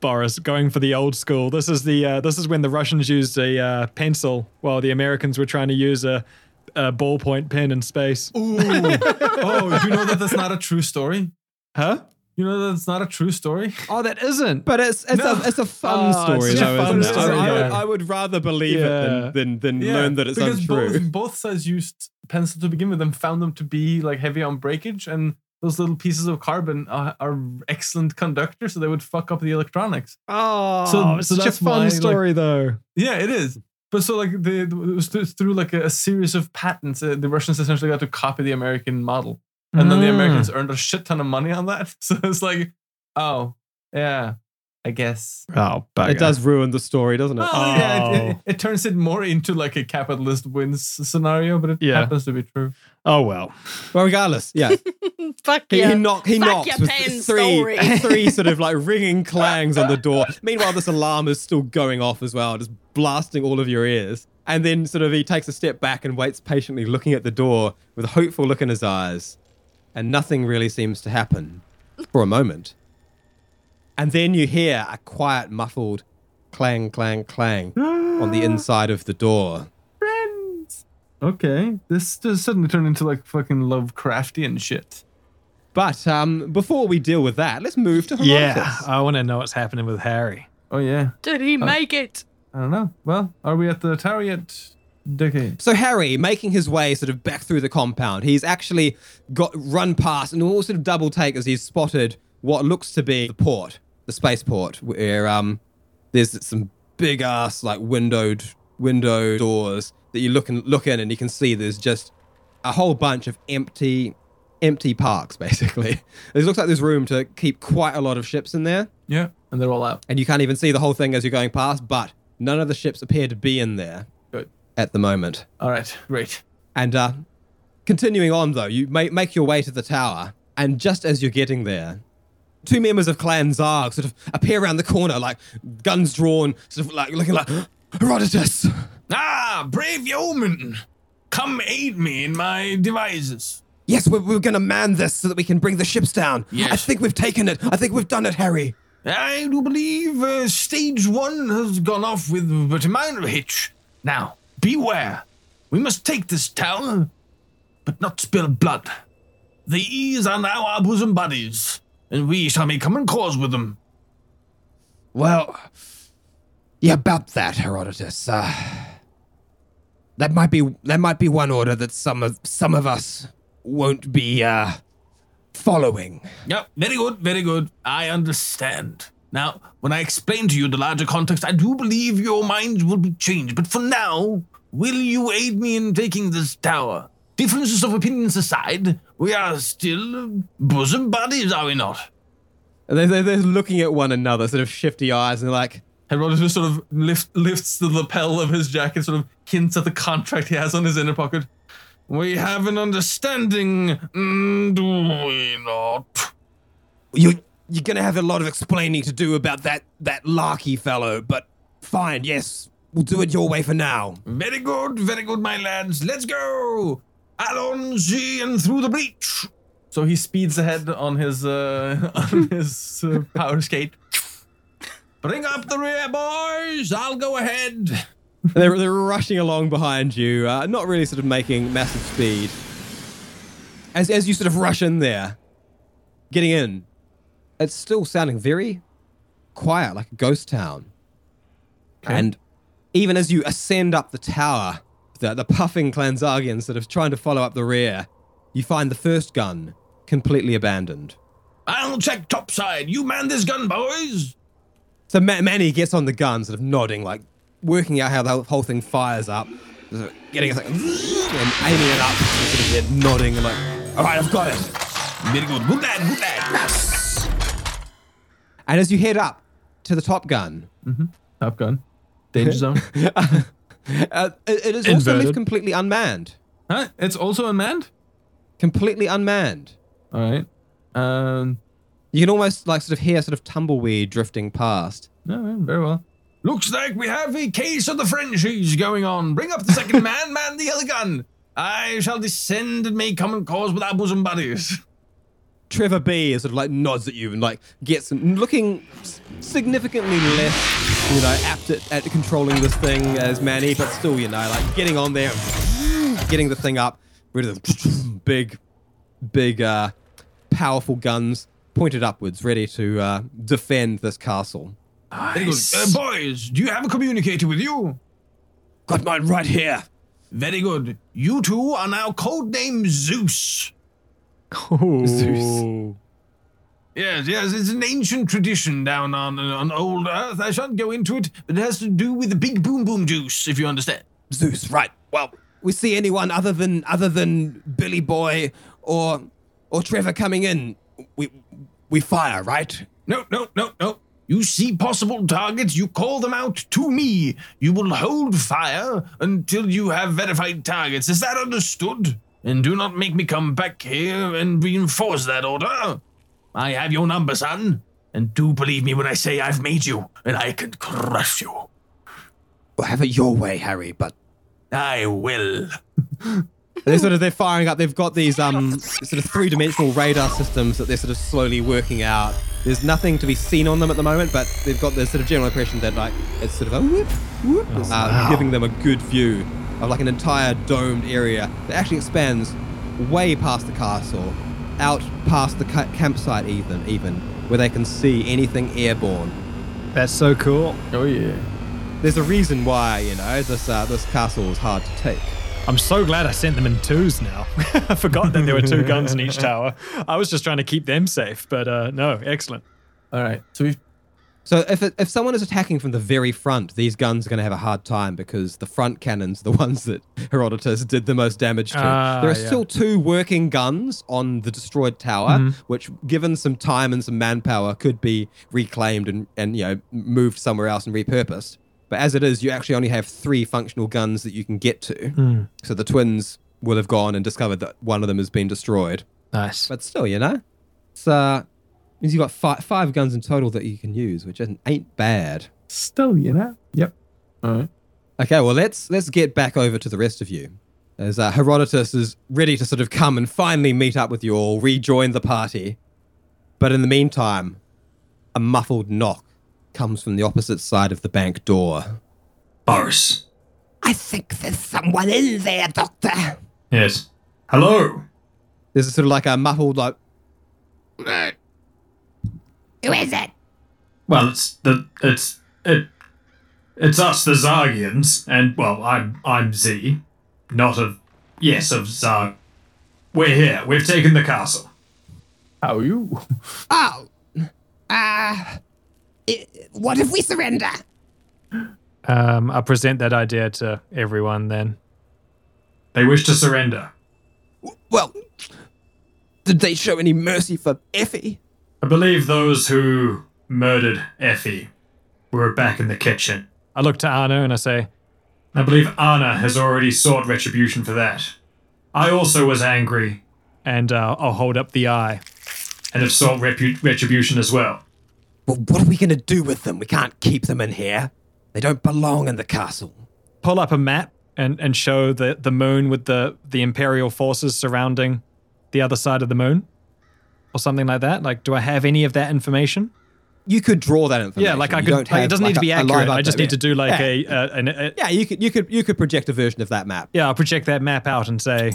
Boris, going for the old school. This is the uh, this is when the Russians used a uh, pencil, while the Americans were trying to use a, a ballpoint pen in space. Ooh. oh, you know that that's not a true story. Huh? You know that it's not a true story. Oh, that isn't. But it's it's No. a it's a fun Oh, story it's such a though. fun isn't it? story, I, I would, yeah. I would rather believe Yeah. it than than, than learn that it's because untrue. Both, both sides used pencil to begin with and found them to be like heavy on breakage and those little pieces of carbon are, are excellent conductors so they would fuck up the electronics Oh, So- it's so such a that's fun why, like- story, though. yeah it is but so like the it was th- through like a, a series of patents uh, the russians essentially got to copy the american model and then the Mm. americans earned a shit ton of money on that so it's like oh yeah i guess Oh, bugger. It does ruin the story, doesn't it? Well, yeah, it, it, Oh. it turns it more into like a capitalist wins scenario but it Yeah. happens to be true Oh well. Well, regardless, yeah. Fuck He, yeah. he, knock, he Fuck knocks your with pen three, story. three sort of like ringing clangs on the door. Meanwhile, this alarm is still going off as well, just blasting all of your ears. And then sort of he takes a step back and waits patiently, looking at the door with a hopeful look in his eyes. And nothing really seems to happen for a moment. And then you hear a quiet, muffled clang, clang, clang on the inside of the door. Okay, this just suddenly turned into like fucking Lovecraftian shit. But um, before we deal with that, let's move to Herodotus. Yeah, I want to know what's happening with Harry. Oh yeah, Did Uh, he make it? I don't know. Well, are we at the tower yet, Dickie? So Harry, making his way sort of back through the compound, he's actually got run past and all sort of double take as he's spotted what looks to be the port, the spaceport, where um there's some big ass like windowed window doors that you look and look in and you can see there's just a whole bunch of empty empty parks basically. it looks like there's room to keep quite a lot of ships in there Yeah, and they're all out. and you can't even see the whole thing as you're going past, but none of the ships appear to be in there Good. at the moment. All right, great. And uh, continuing on, though, you make, make your way to the tower, And just as you're getting there, two members of Clan Zarg sort of appear around the corner, like guns drawn, sort of like looking like Herodotus. Ah, brave yeoman, come aid me in my devices. Yes, we're, we're going to man this so that we can bring the ships down. I Yes. think we've taken it. I think we've done it, Harry. I do believe uh, stage one has gone off with but a minor hitch. Now, beware. We must take this town, but not spill blood. The E's are now our bosom buddies, and we shall make common cause with them. Well, yeah, about that, Herodotus. Uh, that might be that might be one order that some of some of us won't be uh, following. Yep, very good, very good. I understand. Now, when I explain to you the larger context, I do believe your minds will be changed. But for now, will you aid me in taking this tower? Differences of opinions aside, we are still bosom buddies, are we not? And they're, they're looking at one another, sort of shifty eyes, and like, Herodotus sort of lift, lifts the lapel of his jacket, sort of hints at the contract he has on his inner pocket. We have an understanding, mm, do we not? you you're gonna have a lot of explaining to do about that that larky fellow. But fine, yes, we'll do it your way for now. Very good, very good, my lads. Let's go! Allons ye and through the breach! So he speeds ahead on his uh, on his uh, power skate. Bring up the rear, boys! I'll go ahead. they're, they're rushing along behind you, uh, not really sort of making massive speed. As, as you sort of rush in there, getting in, it's still sounding very quiet, like a ghost town. And even as you ascend up the tower, the, the puffing Clanzargians sort of trying to follow up the rear, you find the first gun completely abandoned. I'll check topside. You man this gun, boys. So Ma- Manny gets on the gun, sort of nodding, like working out how the whole thing fires up, Sort of getting it like, and aiming it up, sort of yeah, nodding and like, all right, I've got it. Very good. Good lad, good lad. And as you head up to the Top Gun, Mm-hmm. Top Gun, Danger Zone. uh, it, it is also left Inverted. completely unmanned, Huh? It's also unmanned. completely unmanned. All right. Um. You can almost like sort of hear sort of tumbleweed drifting past. all right, very well. Oh, Looks like we have a case of the Frenchies going on. Bring up the second man, man the other gun. I shall descend and make common cause with our bosom buddies. Trevor B is sort of like nods at you and like gets looking s- significantly less, you know, apt at, at controlling this thing as Manny, but still, you know, like getting on there, getting the thing up, rid of the big, big, uh, powerful guns pointed upwards, ready to uh, defend this castle. Very good. Uh, boys, do you have a communicator with you? Got mine right here. Very good. You two are now codenamed Zeus. Zeus. Yes, yes, it's an ancient tradition down on on old Earth. I shan't go into it, but it has to do with the big boom boom juice, if you understand. Zeus, right? Well, we see anyone other than other than Billy Boy or or Trevor coming in, we we fire, right? No, no, no, no. You see possible targets, you call them out to me. You will hold fire until you have verified targets. Is that understood? And do not make me come back here and reinforce that order. I have your number, son. And do believe me when I say I've made you, and I can crush you. Well, have it your way, Harry, but I will. they're sort of they're firing up. They've got these um sort of three dimensional radar systems that they're sort of slowly working out. There's nothing to be seen on them at the moment, but they've got this sort of general impression that like it's sort of a whoop whoop, uh, Oh, giving them a good view of like an entire domed area that actually expands way past the castle, out past the ca- campsite even even where they can see anything airborne. That's so cool. Oh yeah. There's a reason why you know this uh, this castle is hard to take. I'm so glad I sent them in twos now. I forgot that there were two guns in each tower. I was just trying to keep them safe, but uh, no, excellent. All right. So we've So if, it, if someone is attacking from the very front, these guns are going to have a hard time because the front cannons, are the ones that Herodotus did the most damage to, Ah, there are yeah. still two working guns on the destroyed tower, Mm-hmm. which, given some time and some manpower, could be reclaimed and, and you know moved somewhere else and repurposed. But as it is, you actually only have three functional guns that you can get to. Mm. So the twins will have gone and discovered that one of them has been destroyed. Nice. But still, you know, It's uh, means you've got five, five guns in total that you can use, which ain't, ain't bad. Still, you know. Yep. All right. Okay, well let's let's get back over to the rest of you. As uh, Herodotus is ready to sort of come and finally meet up with you all, rejoin the party. But in the meantime, a muffled knock comes from the opposite side of the bank door. Boris. I think there's someone in there, Doctor. Yes. Hello. There's a sort of like a muffled like Who is it? Well, it's the it's it it's us, the Zargians, and well, I'm I'm Z, not of yes of Zarg. We're here. We've taken the castle. How are you? Oh, uh, i- what if we surrender? Um, I'll present that idea to everyone then. They wish to surrender. Well, Did they show any mercy for Effie? I believe those who murdered Effie were back in the kitchen. I look to Arno and I say, I believe Anna has already sought retribution for that. I also was angry and uh, I'll hold up the eye. and have sought repu- retribution as well. Well, what are we going to do with them? We can't keep them in here. They don't belong in the castle. Pull up a map and, and show the, the moon with the, the imperial forces surrounding the other side of the moon or something like that. Like, do I have any of that information? You could draw that information. Yeah, like I You could. don't like, it have, doesn't need to like, be a- a live accurate. I just update. need to do like Yeah. a, a, an, a Yeah, you could you could you could project a version of that map. yeah. I'll project that map out and say,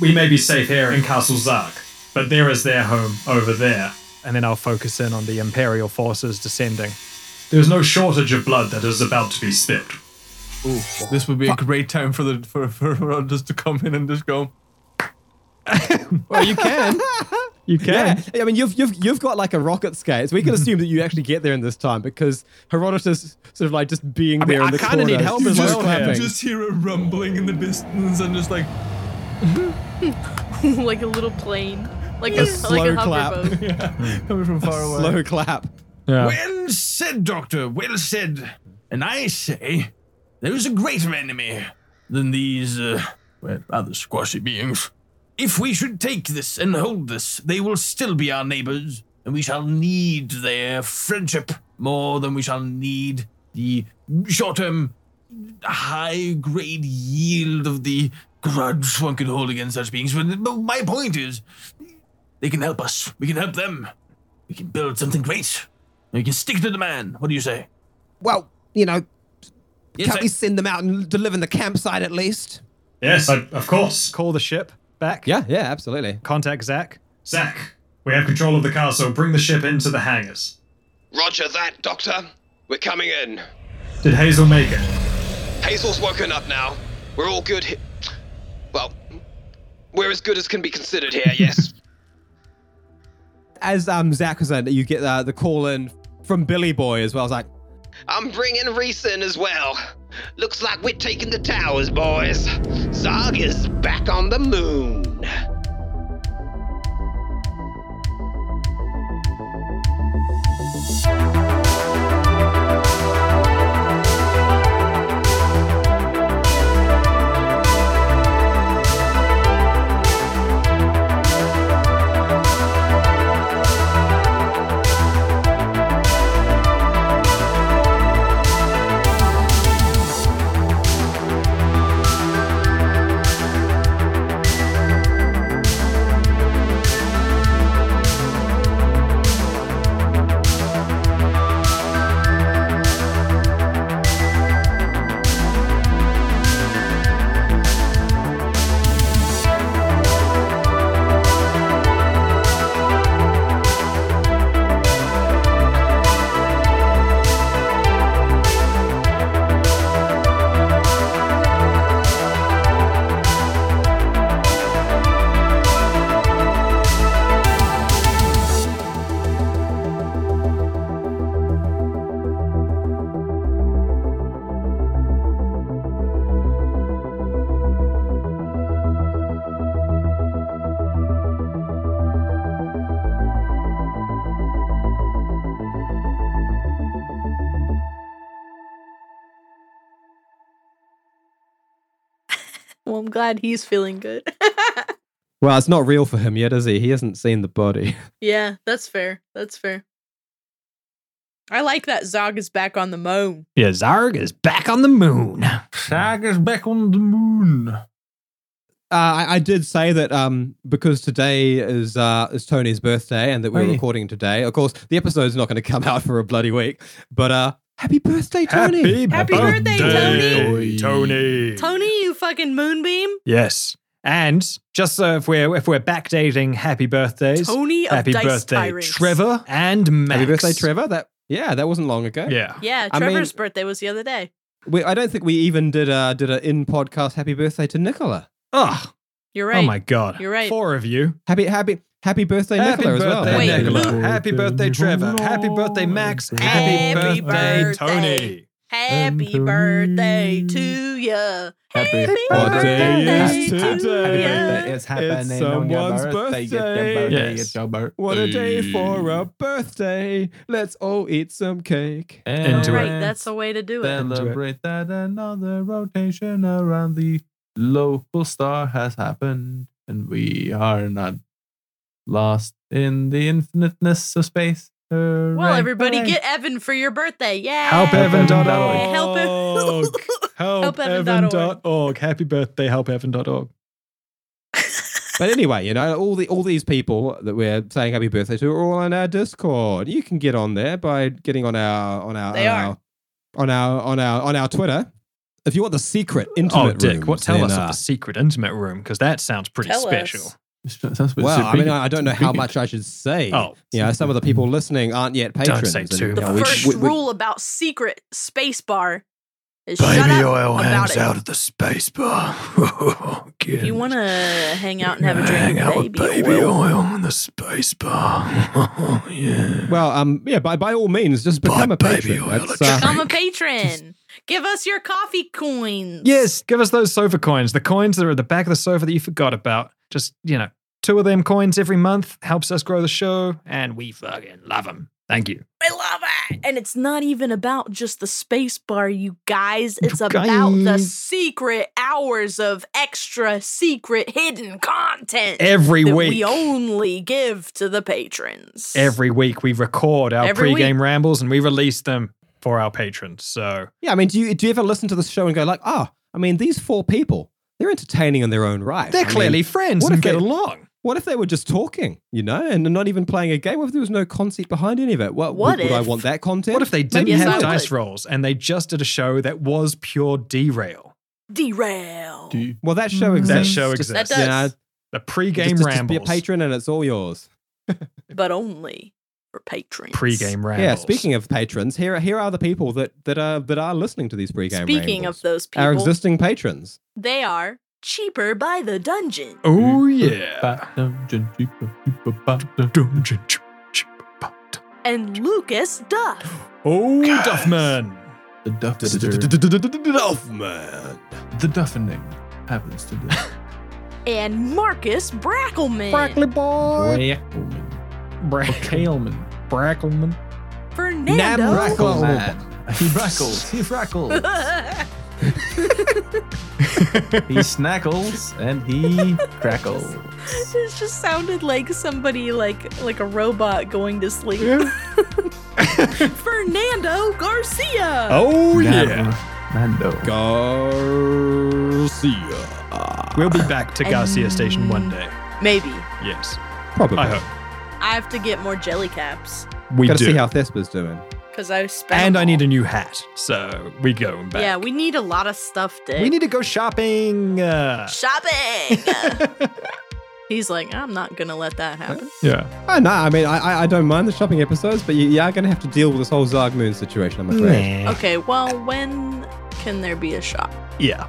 We may be safe here in Castle Zark, but there is their home over there. and then I'll focus in on the imperial forces descending. There is no shortage of blood that is about to be spilled. This would be a great time for the for for Herodotus to come in and just go. Well, Oh, you can. You can. Mm-hmm. Yeah, I mean you've you've you've got like a rocket skate, so we can assume that you actually get there in this time because Herodotus sort of like just being there I in the kinda corner. need help as just well here. clapping. Just hear a rumbling in the distance and just like like a little plane, like a, like slow a clap. hoverboat. coming from far away. slow clap. Well said, Doctor. Well said. And I say, there is a greater enemy than these, uh, well, rather squashy beings. If we should take this and hold this, they will still be our neighbors, and we shall need their friendship more than we shall need the short term, high grade yield of the grudge one can hold against such beings. But but my point is, they can help us, we can help them, we can build something great. You can stick to the man. What do you say? well, you know, Yes, can't we send them out and deliver in the campsite at least? Yes, I, of course. Call the ship back. Yeah, yeah, absolutely. Contact Zach. Zack, we have control of the castle. Bring the ship into the hangars. Roger that, Doctor. We're coming in. Did Hazel make it? Hazel's woken up now. We're all good. He- well, we're as good as can be considered here, yes. As um Zach was in, you get uh, the call in from Billy Boy as well. I was like, I'm bringing Reese in as well. Looks like we're taking the towers, boys. Zog is back on the moon. Well, I'm glad he's feeling good. Well, it's not real for him yet, is he? He hasn't seen the body. Yeah, that's fair. That's fair. I like that Zog is back on the moon. Yeah, Zarg is back on the moon. Sagas back on the moon. Uh, I, I did say that um, because today is uh, is Tony's birthday and that we're Oh, yeah. recording today. Of course, the episode's not going to come out for a bloody week, but uh, happy birthday, Tony! Happy birthday, birthday, Tony. Tony, you fucking moonbeam. Yes. And just so if we're if we're backdating happy birthdays, Tony of happy Dice birthday, Tyrants. Trevor and Max. happy birthday, Trevor! That yeah, that wasn't long ago. Yeah. Yeah, I mean- Trevor's birthday was the other day. we, I don't think we even did a did an in podcast happy birthday to Nicola. Oh, You're right. oh my God. You're right. Four of you. Happy happy happy birthday, Happy Nicola as well. birthday, Wait, Nicola. Luke. Happy birthday, Trevor. Happy birthday, Max. Happy, Happy birthday, birthday. Tony. Happy birthday to ya. Happy, What day birthday is to today? ya. It's someone's birthday. Yes. What a day for a birthday! Let's all eat some cake. Into it. Right, that's the way to do it. Celebrate that another rotation around the local star has happened, and we are not lost in the infiniteness of space. Hooray, Well, everybody, hooray. get Evan for your birthday. Yeah. Help Evan dot Evan. Help org. him. Help Evan Evan dot dot org. Happy birthday, help Evan dot org. But anyway, you know, all the all these people that we're saying happy birthday to are all on our Discord. You can get on there by getting on our on our They on are. our, on our on our on our Twitter. If you want the secret intimate Oh, Dick, rooms, what tell then, us uh, of the secret intimate room? Because that sounds pretty Tell special. us. Sounds pretty Well, I mean, significant. I I don't know how much I should say. Oh. you know, some of the people listening aren't yet Don't patrons. say and, too you much. know, The we- first we- we- rule about secret space bar is shut up about it. of the space bar. If you want to hang out and have a drink, hang out with baby, baby oil. oil in the space bar. yeah. Well, um, yeah, by by all means, just become a baby patron. oil That's, a uh, Become a patron. Give us your coffee coins. Yes, give us those sofa coins. The coins that are at the back of the sofa that you forgot about. Just, you know, two of them coins every month helps us grow the show, and we fucking love them. Thank you. I love it. Ah, And it's not even about just the space bar, you guys. It's You about the guys. secret hours of extra secret hidden content Every that week. we only give to the patrons. Every week we record our Every pregame rambles and we release them for our patrons. So yeah, I mean, do you do you ever listen to the show and go like, oh, I mean, these four people, they're entertaining in their own right. they're I mean, clearly friends what and if get they- along. What if they were just talking, you know, and not even playing a game? What if there was no concept behind any of it? What, What would, would I if- want that content? What if they didn't Maybe have I would. dice rolls and they just did a show that was pure derail? derail. Well, that show That exists. show Just- that exists. does, you know, The pregame just, just- just be rambles. a patron and it's all yours. but only for patrons. Pre-game rambles. Yeah. Speaking of patrons, here here are the people that that are that are listening to these pregame. Speaking rambles. of those our people, existing patrons. they are cheaper by the dungeon. Oh yeah. And Lucas Duff. Oh, Duffman. The Duffster. Duffman. The Duffening happens to be. And Marcus Brackleman. boy. Brackleman. Brack- Kaleman. Brackleman. Fernando. Brackleman. He brackles. He brackles. he snackles and he crackles. It just sounded like somebody like like a robot going to sleep. Fernando Garcia. Oh yeah. Nando. Garcia. We'll be back to Garcia And- Station one day. Maybe Yes. Probably. I hope. I have to get more jelly caps We Gotta do. see how Thespa's doing. because I spent. and I need a new hat. So we going back. Yeah, we need a lot of stuff, Dick. we need to go shopping. Uh, shopping. He's like, I'm not gonna let that happen. yeah. Oh, no, I mean, I, I- I don't mind the shopping episodes, but you, you are going to have to deal with this whole Zarg Moon situation, I'm afraid. Okay, well, when can there be a shop? Yeah.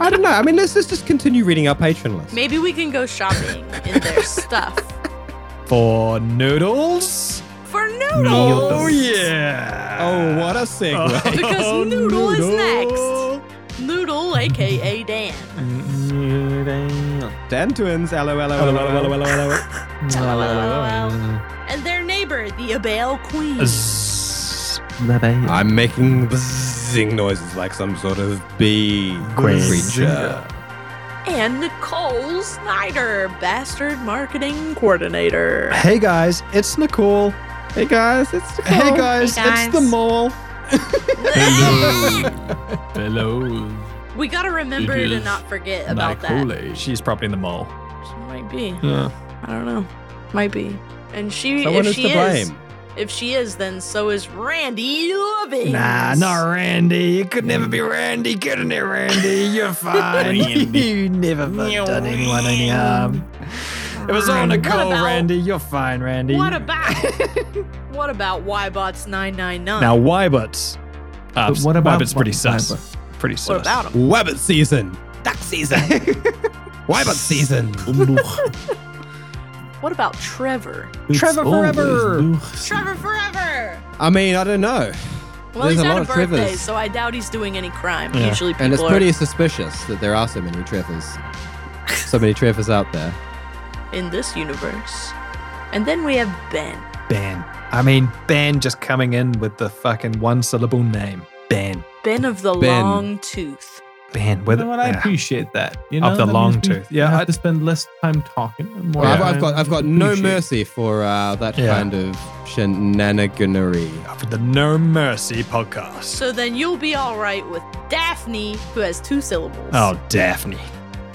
I don't know. I mean, let's just, just continue reading our patron list. Maybe we can go shopping in their stuff For noodles. for noodles. Oh yeah. Oh, what a segue. Because Oh, Oh, Noodle is next. Noodle, aka Dan. Dan Twins, LOL. LOL. and their neighbor, the Abel Queen. next. I'm making buzzing noises like some sort of bee creature. and Nicole Snyder, Bastard Marketing Coordinator. Hey guys, it's Nicole. Hey guys, it's Nicole. Hey guys, Hey guys. it's the mole. Hello. We gotta remember It to is not forget about that. She's probably in the mall. Might be. Yeah. I don't know. Might be. And she, Someone if is she to is, blame. if she is, then so is Randy Loving. Nah, not Randy. It could never be Randy, couldn't it, Randy? You're fine. you never done anyone any harm. It was all What Nicole, about- Randy. You're fine, Randy. What about? what about Ybots nine nine nine? now, Wybert's. Uh, But what about Wybert's pretty sus. Wybert? Pretty sus. what about him? Wabbit season. Duck season. Wabbit season. What about Trevor? Trevor forever. Trevor forever. I mean, I don't know. Well, There's he's a had lot a of birthday, Trevors. so I doubt he's doing any crime. Yeah. Usually, people And it's are. pretty suspicious that there are so many Trevors. So many Trevors out there. in this universe. And then we have Ben. Ben. I mean, Ben just coming in with the fucking one syllable name. Ben. Ben of the Ben. long tooth. Ben. With You know what? I yeah. appreciate that. You know, Of the that long means we tooth. Yeah, have I- to spend less time talking and more. Well, I've, time I've got I've got no appreciate. mercy for uh, that Yeah. kind of shenaniganery. For the No Mercy podcast. So then you'll be all right with Daphne, who has two syllables. Oh, Daphne.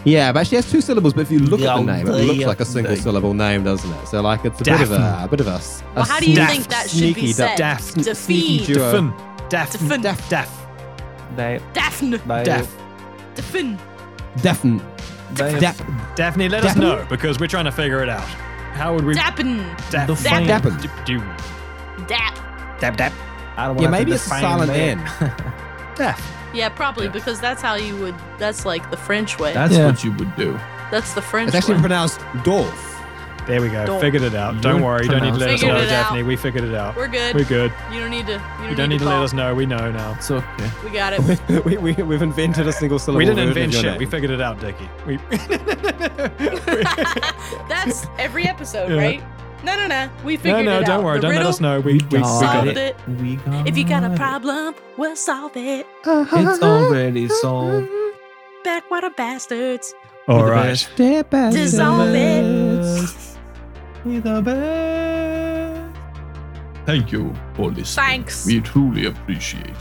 Yeah, but she has two syllables. But if you look at the name, it looks like a single syllable name, doesn't it? So like it's a bit of a, Daphne. a bit of a. s- a Well, how do you sneak- think that should be sneaky du- said? Daph- sneaky Daphne. duo. Daphne. Daphne. Daphne. Daph. Daph. They, Daphne. they, Daph. Daphne. Daphne. they Dap- Daphne, let us Daphne? know because we're trying to figure it out. How would we. Daphne. Daphne. Define- Daphne. Do, do, Dap. dab, dab. I don't wanna Yeah, have to maybe it's a define silent that. N. Yeah, probably because that's how you would. That's like the French way. That's Yeah. what you would do. that's the French It's actually way. pronounced Dolph. There we go. Don't- Figured it out. Don't You're worry. You don't need to let us pronounced- know, Figured it Daphne. We figured it out. We're good. We're good. You don't need to. You don't, You don't need to let call. us know. We know now. It's okay. We got it. we, we, we've invented a single syllable. We didn't version of invent your shit. name. We figured it out, Dickie. We, that's every episode, Yeah. right? No, no, no. We no, figured no, it out. don't worry. The Don't let riddle, us know. We, we, we got solved it. it. We got If you got a it. problem, we'll solve it. It's already solved. Backwater bastards. All We're the right. best. Dissolve it. We the best. Thank you for listening. Thanks. We truly appreciate it.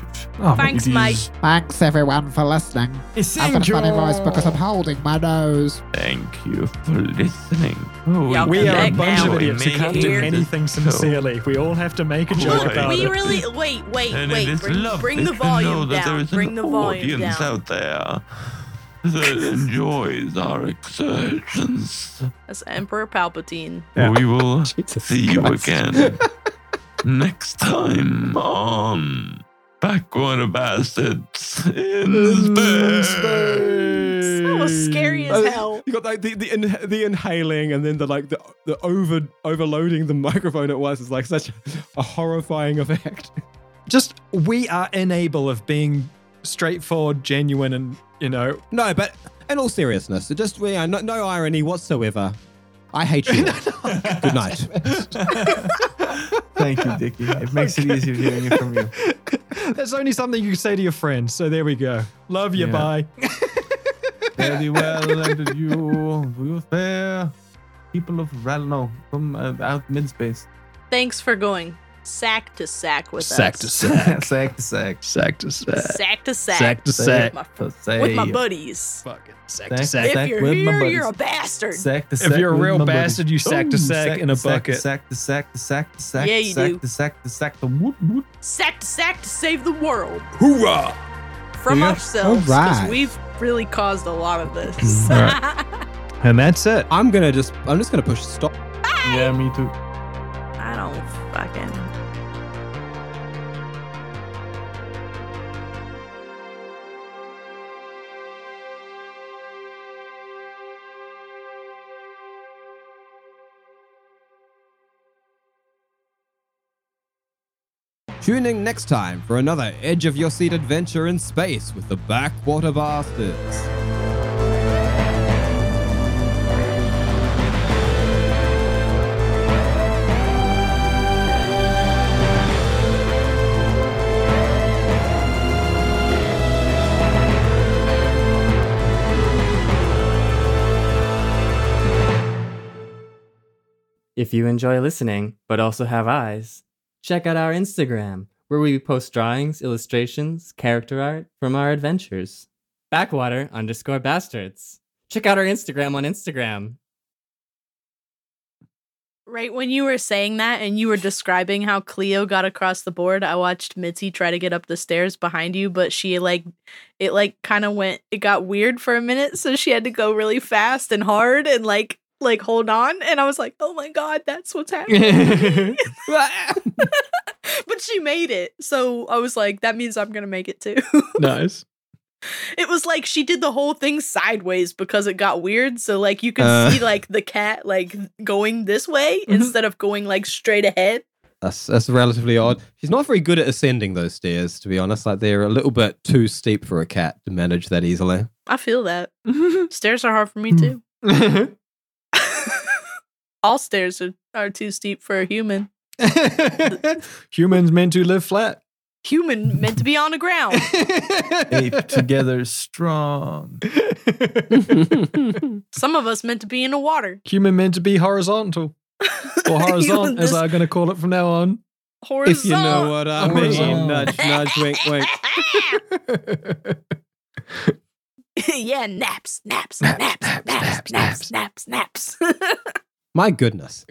Thanks, It mate. is- Thanks everyone for listening. I've got a funny voice because I'm holding my nose. Thank you for listening. Y'all We come are a back bunch now. of idiots who can't do Here. anything sincerely. We all have to make a joke Why? about We it. really wait, wait, And it wait. is Bring, lovely bring the to volume know that there down. is Bring an the volume audience down. out there that enjoys our excursions. That's Emperor Palpatine. We will see you again next time on Backwater Bastards in Space. That was scary as hell. Uh, You got like the the, in, the inhaling and then the like the, the over overloading the microphone at once is like such a horrifying effect. Just we are unable of being straightforward, genuine, and you know. No, but in all seriousness, it just we are no, no irony whatsoever. I hate you. Good night. Thank you, Dickie. It makes it easier hearing it from you. That's only something you say to your friends. So there we go. Love you. Yeah. Bye. Very well, and you, you fair people of Ralno from uh, out mid space. Thanks for going sack to sack with us. sack. sack to sack. Sack to sack. Sack to sack. Sack to sack. With To my, say. with my buddies. Fucking Sack sack to to sack. if sack you're with my here, buddies. you're a bastard. Sack to If sack you're a with real my buddies. bastard, you sack to Ooh, sack in a sack to bucket. Sack to sack to sack to sack Yeah, to you sack do. to sack to sack to woot woot. Sack to sack to save the world Hoorah! from Yeah. ourselves because Alright. we've really caused a lot of this. And that's it. I'm gonna just I'm just gonna push stop. Yeah, me too. I don't fucking. Tune in next time for another edge of your seat adventure in space with the Backwater Bastards. If you enjoy listening, but also have eyes, check out our Instagram, where we post drawings, illustrations, character art from our adventures. Backwater underscore bastards. Check out our Instagram on Instagram. Right when you were saying that and you were describing how Cleo got across the board, I watched Mitzi try to get up the stairs behind you, but she like it like kind of went it got weird for a minute, so she had to go really fast and hard and like like hold on and I was like, "Oh my god, that's what's happening." but she made it. So I was like, that means I'm going to make it too. Nice. it was like she did the whole thing sideways because it got weird. So like you could Uh. Mm-hmm. see like the cat like going this way instead of going like straight ahead. That's that's relatively odd. She's not very good at ascending those stairs, to be honest. Like they're a little bit too steep for a cat to manage that easily. I feel that. Mm-hmm. stairs are hard for me too. All stairs are, are too steep for a human. Humans meant to live flat. Human meant to be on the ground. Ape together strong. Some of us meant to be in the water. Human meant to be horizontal. Or horizon, as This- I'm going to call it from now on. Horizon. If you know what I mean. Horizon. Nudge, nudge, wink, wink. yeah, naps, naps, naps, naps, naps, naps, naps. My goodness.